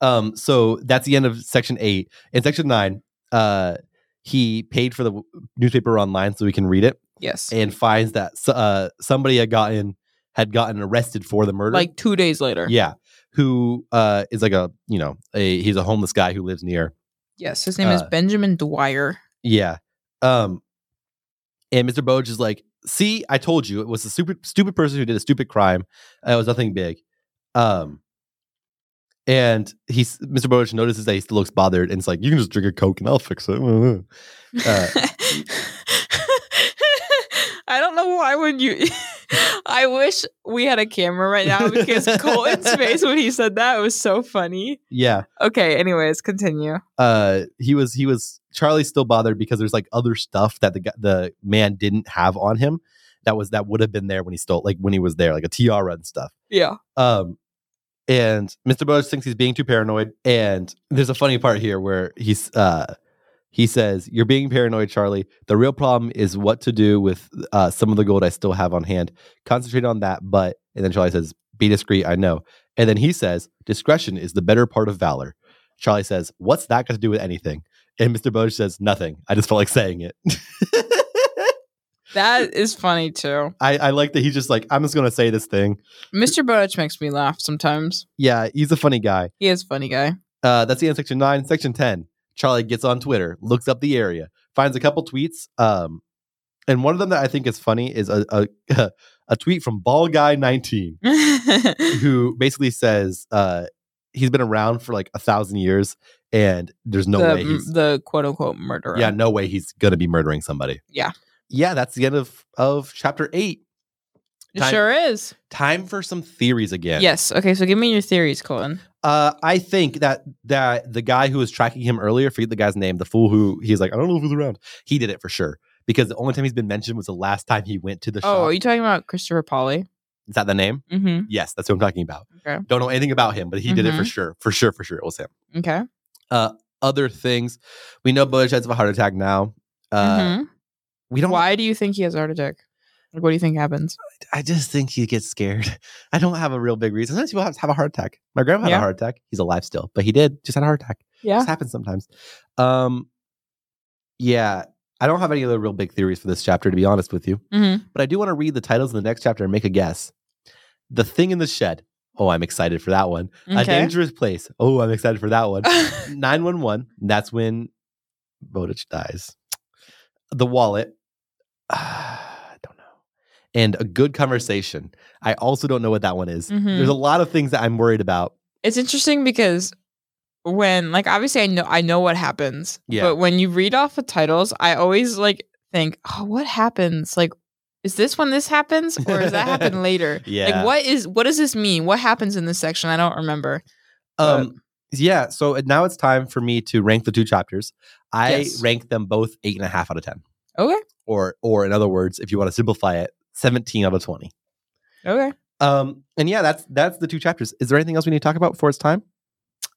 [SPEAKER 2] Um, so that's the end of section eight. In section nine, uh, he paid for the w- newspaper online so we can read it,
[SPEAKER 3] Yes.
[SPEAKER 2] and finds that s- uh, somebody had gotten had gotten arrested for the murder.
[SPEAKER 3] Like two days later.
[SPEAKER 2] yeah, who uh, is like a you know a he's a homeless guy who lives near.
[SPEAKER 3] Yes. His name is
[SPEAKER 2] Uh,
[SPEAKER 3] Benjamin Dwyer.
[SPEAKER 2] Yeah, um, and Mr. Boge is like, "See, I told you it was a stupid stupid person who did a stupid crime. Uh, it was nothing big." Um. And he's Mr. Boge notices that he still looks bothered, and it's like, "You can just drink a coke, and I'll fix it." uh,
[SPEAKER 3] I don't know why would you. I wish we had a camera right now because Colton's face when he said that was so funny.
[SPEAKER 2] Yeah.
[SPEAKER 3] Okay. Anyways, continue.
[SPEAKER 2] Uh he was he was Charlie's still bothered because there's like other stuff that the gu- the man didn't have on him that was that would have been there when he stole like when he was there like a tiara and stuff.
[SPEAKER 3] Yeah.
[SPEAKER 2] Um and Mr. Bush thinks he's being too paranoid and there's a funny part here where he's uh he says, "You're being paranoid, Charlie. The real problem is what to do with uh, some of the gold I still have on hand. Concentrate on that, but..." And then Charlie says, "Be discreet, I know." And then he says, "Discretion is the better part of valor." Charlie says, What's that got to do with anything? And Mr. Boge says, Nothing. I just felt like saying it.
[SPEAKER 3] That is funny too.
[SPEAKER 2] I, I like that he's just like, I'm just going to say this thing.
[SPEAKER 3] Mr. Bodich makes me laugh sometimes.
[SPEAKER 2] Yeah, he's a funny guy.
[SPEAKER 3] He is a funny guy.
[SPEAKER 2] Uh, that's the end of section nine. Section 10. Charlie gets on Twitter, looks up the area, finds a couple tweets. Um, and one of them that I think is funny is a, a, a tweet from Ball Guy 19. who basically says uh, he's been around for like a thousand years, and there's no
[SPEAKER 3] the,
[SPEAKER 2] way he's
[SPEAKER 3] the quote unquote murderer.
[SPEAKER 2] yeah, no way he's gonna be murdering somebody.
[SPEAKER 3] Yeah.
[SPEAKER 2] yeah, that's the end of of chapter eight.
[SPEAKER 3] It
[SPEAKER 2] Time-
[SPEAKER 3] sure is.
[SPEAKER 2] Time for some theories again.
[SPEAKER 3] Yes. Okay. So give me your theories, Colton.
[SPEAKER 2] uh, I think that that the guy who was tracking him earlier, forget the guy's name, the fool who he's like, I don't know if he's around. He did it for sure because the only time he's been mentioned was the last time he went to the
[SPEAKER 3] Oh, are
[SPEAKER 2] shop.
[SPEAKER 3] you talking about Christopher Polly?
[SPEAKER 2] Is that the name?
[SPEAKER 3] Mm
[SPEAKER 2] Yes, that's who I'm talking about.
[SPEAKER 3] Okay.
[SPEAKER 2] Don't know anything about him, but he did it for
[SPEAKER 3] Mhm.
[SPEAKER 2] sure, for sure, for sure. It was him.
[SPEAKER 3] hmm. Okay.
[SPEAKER 2] other things. We know Butch has a heart attack now. Uh,
[SPEAKER 3] Mhm.
[SPEAKER 2] We don't.
[SPEAKER 3] Why do you think he has a heart attack? Like, what do you think happens?
[SPEAKER 2] I just think he gets scared. I don't have a real big reason. Sometimes people have, have a heart attack. My grandpa had
[SPEAKER 3] Yeah.
[SPEAKER 2] a heart attack. He's alive still, but he did just had a heart attack.
[SPEAKER 3] Yeah.
[SPEAKER 2] This happens sometimes. Um, yeah, I don't have any other real big theories for this chapter, to be honest with you.
[SPEAKER 3] Mm-hmm.
[SPEAKER 2] But I do want to read the titles of the next chapter and make a guess. The thing in the shed. Oh, I'm excited for that one. A dangerous place. Oh, I'm excited for that one. 911. That's when Bodich dies. The wallet. Ah, I don't know. And a good conversation. I also don't know what that one is.
[SPEAKER 3] Mhm.
[SPEAKER 2] There's a lot of things that I'm worried about.
[SPEAKER 3] it's interesting because when like obviously I know I know what happens.
[SPEAKER 2] Yeah.
[SPEAKER 3] But when you read off the titles, I always like think, oh, what happens? Like, is this when this happens, or does that happen later?
[SPEAKER 2] Yeah.
[SPEAKER 3] Like, what is what does this mean? What happens in this section? I don't remember.
[SPEAKER 2] Um, yeah, so now it's time for me to rank the two chapters. I
[SPEAKER 3] Yes.
[SPEAKER 2] rank them both eight and a half out of ten,
[SPEAKER 3] Okay.
[SPEAKER 2] or or in other words, if you want to simplify it, seventeen out of twenty.
[SPEAKER 3] Okay.
[SPEAKER 2] Um, and yeah, that's that's the two chapters. Is there anything else we need to talk about before it's time?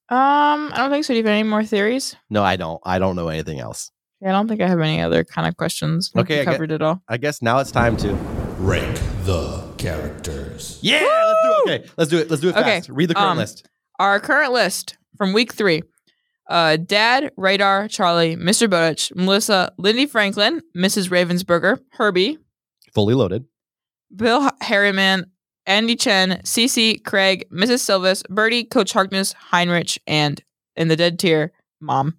[SPEAKER 3] Um, I don't think so. Do you have any more theories?
[SPEAKER 2] No, I don't. I don't know anything else.
[SPEAKER 3] Yeah, I don't think I have any other kind of questions. I think
[SPEAKER 2] Okay,
[SPEAKER 3] we
[SPEAKER 2] I get-
[SPEAKER 3] covered it all.
[SPEAKER 2] I guess now it's time to.
[SPEAKER 1] Rank the characters.
[SPEAKER 2] Yeah, let's do it. Okay, let's do it. Let's do it
[SPEAKER 3] Okay,
[SPEAKER 2] fast. Read the current
[SPEAKER 3] um,
[SPEAKER 2] list.
[SPEAKER 3] Our current list from week three. Uh, Dad, Radar, Charlie, Mr. Bodich, Melissa, Lindy Franklin, Mrs. Ravensburger, Herbie,
[SPEAKER 2] Fully loaded.
[SPEAKER 3] Bill H- Harriman, Andy Chen, Cece, Craig, Mrs. Silvis, Bertie, Coach Harkness, Heinrich, and in the dead tier, Mom.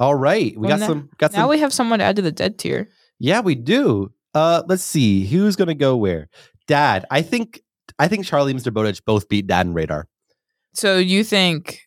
[SPEAKER 2] All right, we
[SPEAKER 3] Well,
[SPEAKER 2] got
[SPEAKER 3] now-
[SPEAKER 2] some. Got
[SPEAKER 3] Now
[SPEAKER 2] some.
[SPEAKER 3] we have someone to add to the dead tier.
[SPEAKER 2] yeah, we do. Uh, let's see who's gonna go where. Dad, I think I think Charlie and Mr. Bowditch both beat Dad and Radar.
[SPEAKER 3] So you think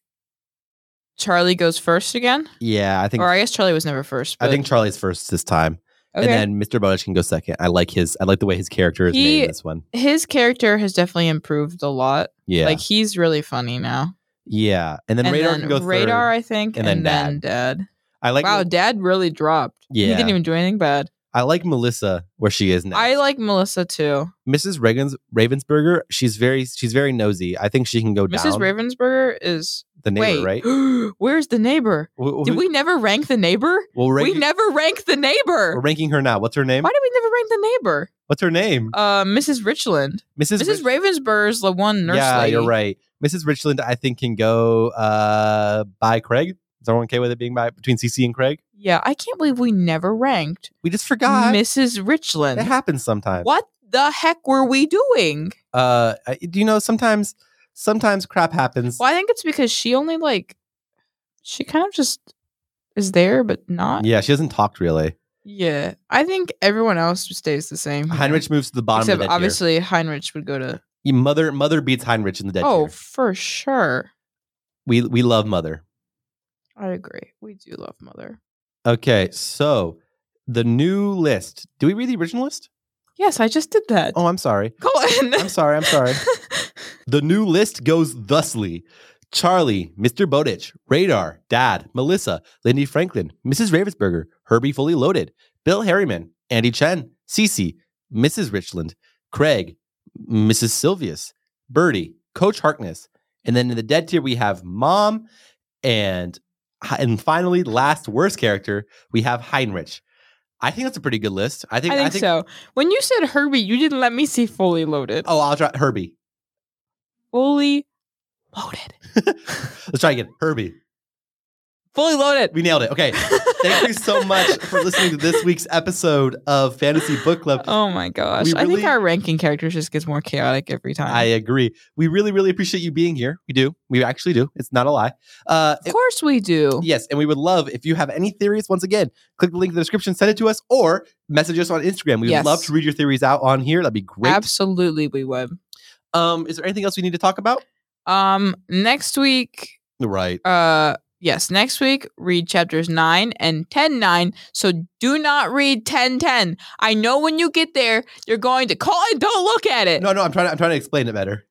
[SPEAKER 3] Charlie goes first again?
[SPEAKER 2] Yeah, I think
[SPEAKER 3] or I guess Charlie was never first. But,
[SPEAKER 2] I think Charlie's first this time,
[SPEAKER 3] okay.
[SPEAKER 2] and then Mr. Bowditch can go second. I like his. I like the way his character is made
[SPEAKER 3] He-
[SPEAKER 2] in this one.
[SPEAKER 3] his character has definitely improved a lot.
[SPEAKER 2] Yeah,
[SPEAKER 3] Like he's really funny now.
[SPEAKER 2] yeah, and then
[SPEAKER 3] And,
[SPEAKER 2] Radar
[SPEAKER 3] then
[SPEAKER 2] can go
[SPEAKER 3] radar,
[SPEAKER 2] third.
[SPEAKER 3] I think,
[SPEAKER 2] and
[SPEAKER 3] and,
[SPEAKER 2] then
[SPEAKER 3] then, dad.
[SPEAKER 2] I like.
[SPEAKER 3] wow, dad really dropped. he
[SPEAKER 2] Yeah.
[SPEAKER 3] didn't even do anything bad.
[SPEAKER 2] I like Melissa where she is now.
[SPEAKER 3] I like Melissa too.
[SPEAKER 2] Mrs. Reagan's Ravensburger. She's very. She's very nosy. I think she can go
[SPEAKER 3] Mrs.
[SPEAKER 2] down.
[SPEAKER 3] Ravensburger is
[SPEAKER 2] the neighbor, right?
[SPEAKER 3] wait. Where's the neighbor?
[SPEAKER 2] Who-
[SPEAKER 3] Did
[SPEAKER 2] who-
[SPEAKER 3] we never rank the neighbor?
[SPEAKER 2] Well, we're
[SPEAKER 3] We
[SPEAKER 2] ranking,
[SPEAKER 3] never rank the neighbor.
[SPEAKER 2] we're ranking her now. What's her name?
[SPEAKER 3] Why did we never rank the neighbor?
[SPEAKER 2] What's her name?
[SPEAKER 3] Uh, Mrs. Richland.
[SPEAKER 2] Mrs.
[SPEAKER 3] Mrs. Ravensburger's the one nurse
[SPEAKER 2] yeah,
[SPEAKER 3] lady.
[SPEAKER 2] you're right. Mrs. Richland, I think, can go uh, by Craig. Is everyone okay with it being by between CC and Craig?
[SPEAKER 3] Yeah, I can't believe we never ranked
[SPEAKER 2] We just forgot.
[SPEAKER 3] Mrs. Richland.
[SPEAKER 2] it happens sometimes.
[SPEAKER 3] What the heck were we doing?
[SPEAKER 2] Uh, I- do you know sometimes? Sometimes crap happens.
[SPEAKER 3] Well, I think it's because she only like she kind of just is there but not.
[SPEAKER 2] Yeah, she hasn't talked really.
[SPEAKER 3] Yeah. I think everyone else stays the same. here.
[SPEAKER 2] Heinrich moves to the bottom
[SPEAKER 3] Except
[SPEAKER 2] of the obviously-
[SPEAKER 3] obviously Heinrich would go to
[SPEAKER 2] Mother, mother beats Heinrich in the dead.
[SPEAKER 3] Oh,
[SPEAKER 2] tier.
[SPEAKER 3] for sure.
[SPEAKER 2] we we love mother.
[SPEAKER 3] I agree. We do love mother.
[SPEAKER 2] Okay, so the new list. Do we read the original list?
[SPEAKER 3] Yes, I just did that.
[SPEAKER 2] Oh, I'm sorry.
[SPEAKER 3] Colin.
[SPEAKER 2] I'm sorry. I'm sorry. The new list goes thusly Charlie, Mr. Bowditch, Radar, Dad, Melissa, Lindy Franklin, Mrs. Ravensburger, Herbie Fully Loaded, Bill Harriman, Andy Chen, Cece, Mrs. Richland, Craig, Mrs. Silvius, Birdie, Coach Harkness. And then in the dead tier, we have Mom and and finally, last worst character, we have Heinrich. I think that's a pretty good list. I think
[SPEAKER 3] I think so. When you said Herbie, you didn't let me see fully loaded.
[SPEAKER 2] Oh, I'll try Herbie.
[SPEAKER 3] Fully loaded.
[SPEAKER 2] Let's try again. Herbie.
[SPEAKER 3] Fully loaded.
[SPEAKER 2] We nailed it. Okay. Thank you so much for listening to this week's episode of Fantasy Book Club.
[SPEAKER 3] Oh my gosh.
[SPEAKER 2] We
[SPEAKER 3] I
[SPEAKER 2] really-
[SPEAKER 3] think our ranking characters just gets more chaotic every time.
[SPEAKER 2] I uh, agree. We really, really appreciate you being here. We do. We actually do. It's not a lie. Uh,
[SPEAKER 3] of course we do.
[SPEAKER 2] yes, and we would love if you have any theories. Once again, click the link in the description, send it to us, or message us on Instagram. We would
[SPEAKER 3] Yes.
[SPEAKER 2] love to read your theories out on here. That'd be great.
[SPEAKER 3] Absolutely we would.
[SPEAKER 2] um, is there anything else we need to talk about?
[SPEAKER 3] Um next week,
[SPEAKER 2] Right.
[SPEAKER 3] uh yes, next week read chapters 9 and 10 9. So do not read 10 10. I know when you get there, you're going to call and don't look at it.
[SPEAKER 2] No, no. I'm trying. To, I'm trying to explain it better.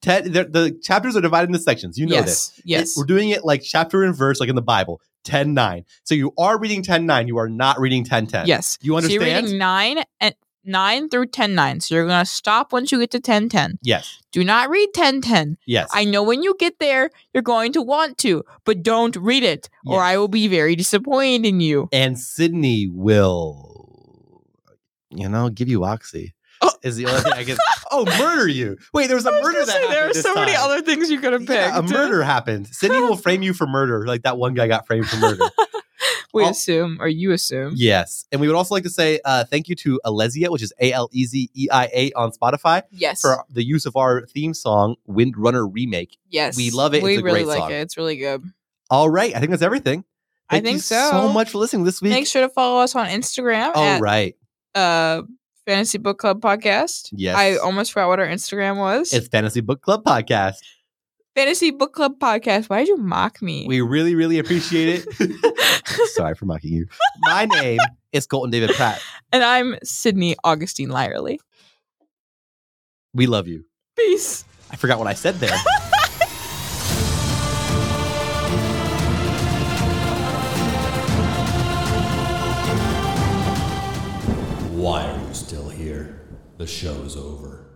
[SPEAKER 2] Ted, the, the chapters are divided into sections. You know
[SPEAKER 3] yes.
[SPEAKER 2] this.
[SPEAKER 3] Yes.
[SPEAKER 2] It- we're doing it like chapter and verse, like in the Bible, 10 9. So you are reading 10 9. You are not reading 10 10.
[SPEAKER 3] yes.
[SPEAKER 2] You
[SPEAKER 3] So you're
[SPEAKER 2] understand?
[SPEAKER 3] reading 9 and 9 through 10 9. So you're going to stop once you get to 10 10.
[SPEAKER 2] yes.
[SPEAKER 3] Do not read 10 10.
[SPEAKER 2] Yes.
[SPEAKER 3] I know when you get there, you're going to want to, but don't read it, or
[SPEAKER 2] Yes.
[SPEAKER 3] I will be very disappointed in you.
[SPEAKER 2] and Sydney will, you know, give you oxy.
[SPEAKER 3] Oh.
[SPEAKER 2] Is the only thing I can. oh, murder you. Wait, there was a
[SPEAKER 3] I was
[SPEAKER 2] murder
[SPEAKER 3] gonna
[SPEAKER 2] that
[SPEAKER 3] say,
[SPEAKER 2] happened.
[SPEAKER 3] there are
[SPEAKER 2] this
[SPEAKER 3] so many
[SPEAKER 2] time.
[SPEAKER 3] other things you could have picked.
[SPEAKER 2] Yeah, a murder happened. Sydney will frame you for murder, like that one guy got framed for murder.
[SPEAKER 3] We
[SPEAKER 2] All-
[SPEAKER 3] assume, or you assume.
[SPEAKER 2] yes. And we would also like to say uh, thank you to Alezia, which is A L E Z E I A on Spotify,
[SPEAKER 3] Yes.
[SPEAKER 2] for the use of our theme song, Windrunner Remake.
[SPEAKER 3] yes.
[SPEAKER 2] we love it.
[SPEAKER 3] We
[SPEAKER 2] It's a
[SPEAKER 3] really
[SPEAKER 2] great
[SPEAKER 3] like
[SPEAKER 2] song.
[SPEAKER 3] it. It's really good.
[SPEAKER 2] All right. I think that's everything.
[SPEAKER 3] I
[SPEAKER 2] Thank you
[SPEAKER 3] think so.
[SPEAKER 2] so much for listening this week.
[SPEAKER 3] Make sure to follow us on Instagram
[SPEAKER 2] All
[SPEAKER 3] at
[SPEAKER 2] Oh, right.
[SPEAKER 3] uh, Fantasy Book Club Podcast.
[SPEAKER 2] Yes.
[SPEAKER 3] I almost forgot what our Instagram was.
[SPEAKER 2] It's Fantasy Book Club Podcast.
[SPEAKER 3] Fantasy Book Club Podcast. Why did you mock me?
[SPEAKER 2] We really, really appreciate it. Sorry for mocking you. My name is Colton David Pratt.
[SPEAKER 3] and I'm Sydney Augustine Lyerly.
[SPEAKER 2] We love you.
[SPEAKER 3] Peace.
[SPEAKER 2] I forgot what I said there.
[SPEAKER 1] The show is over.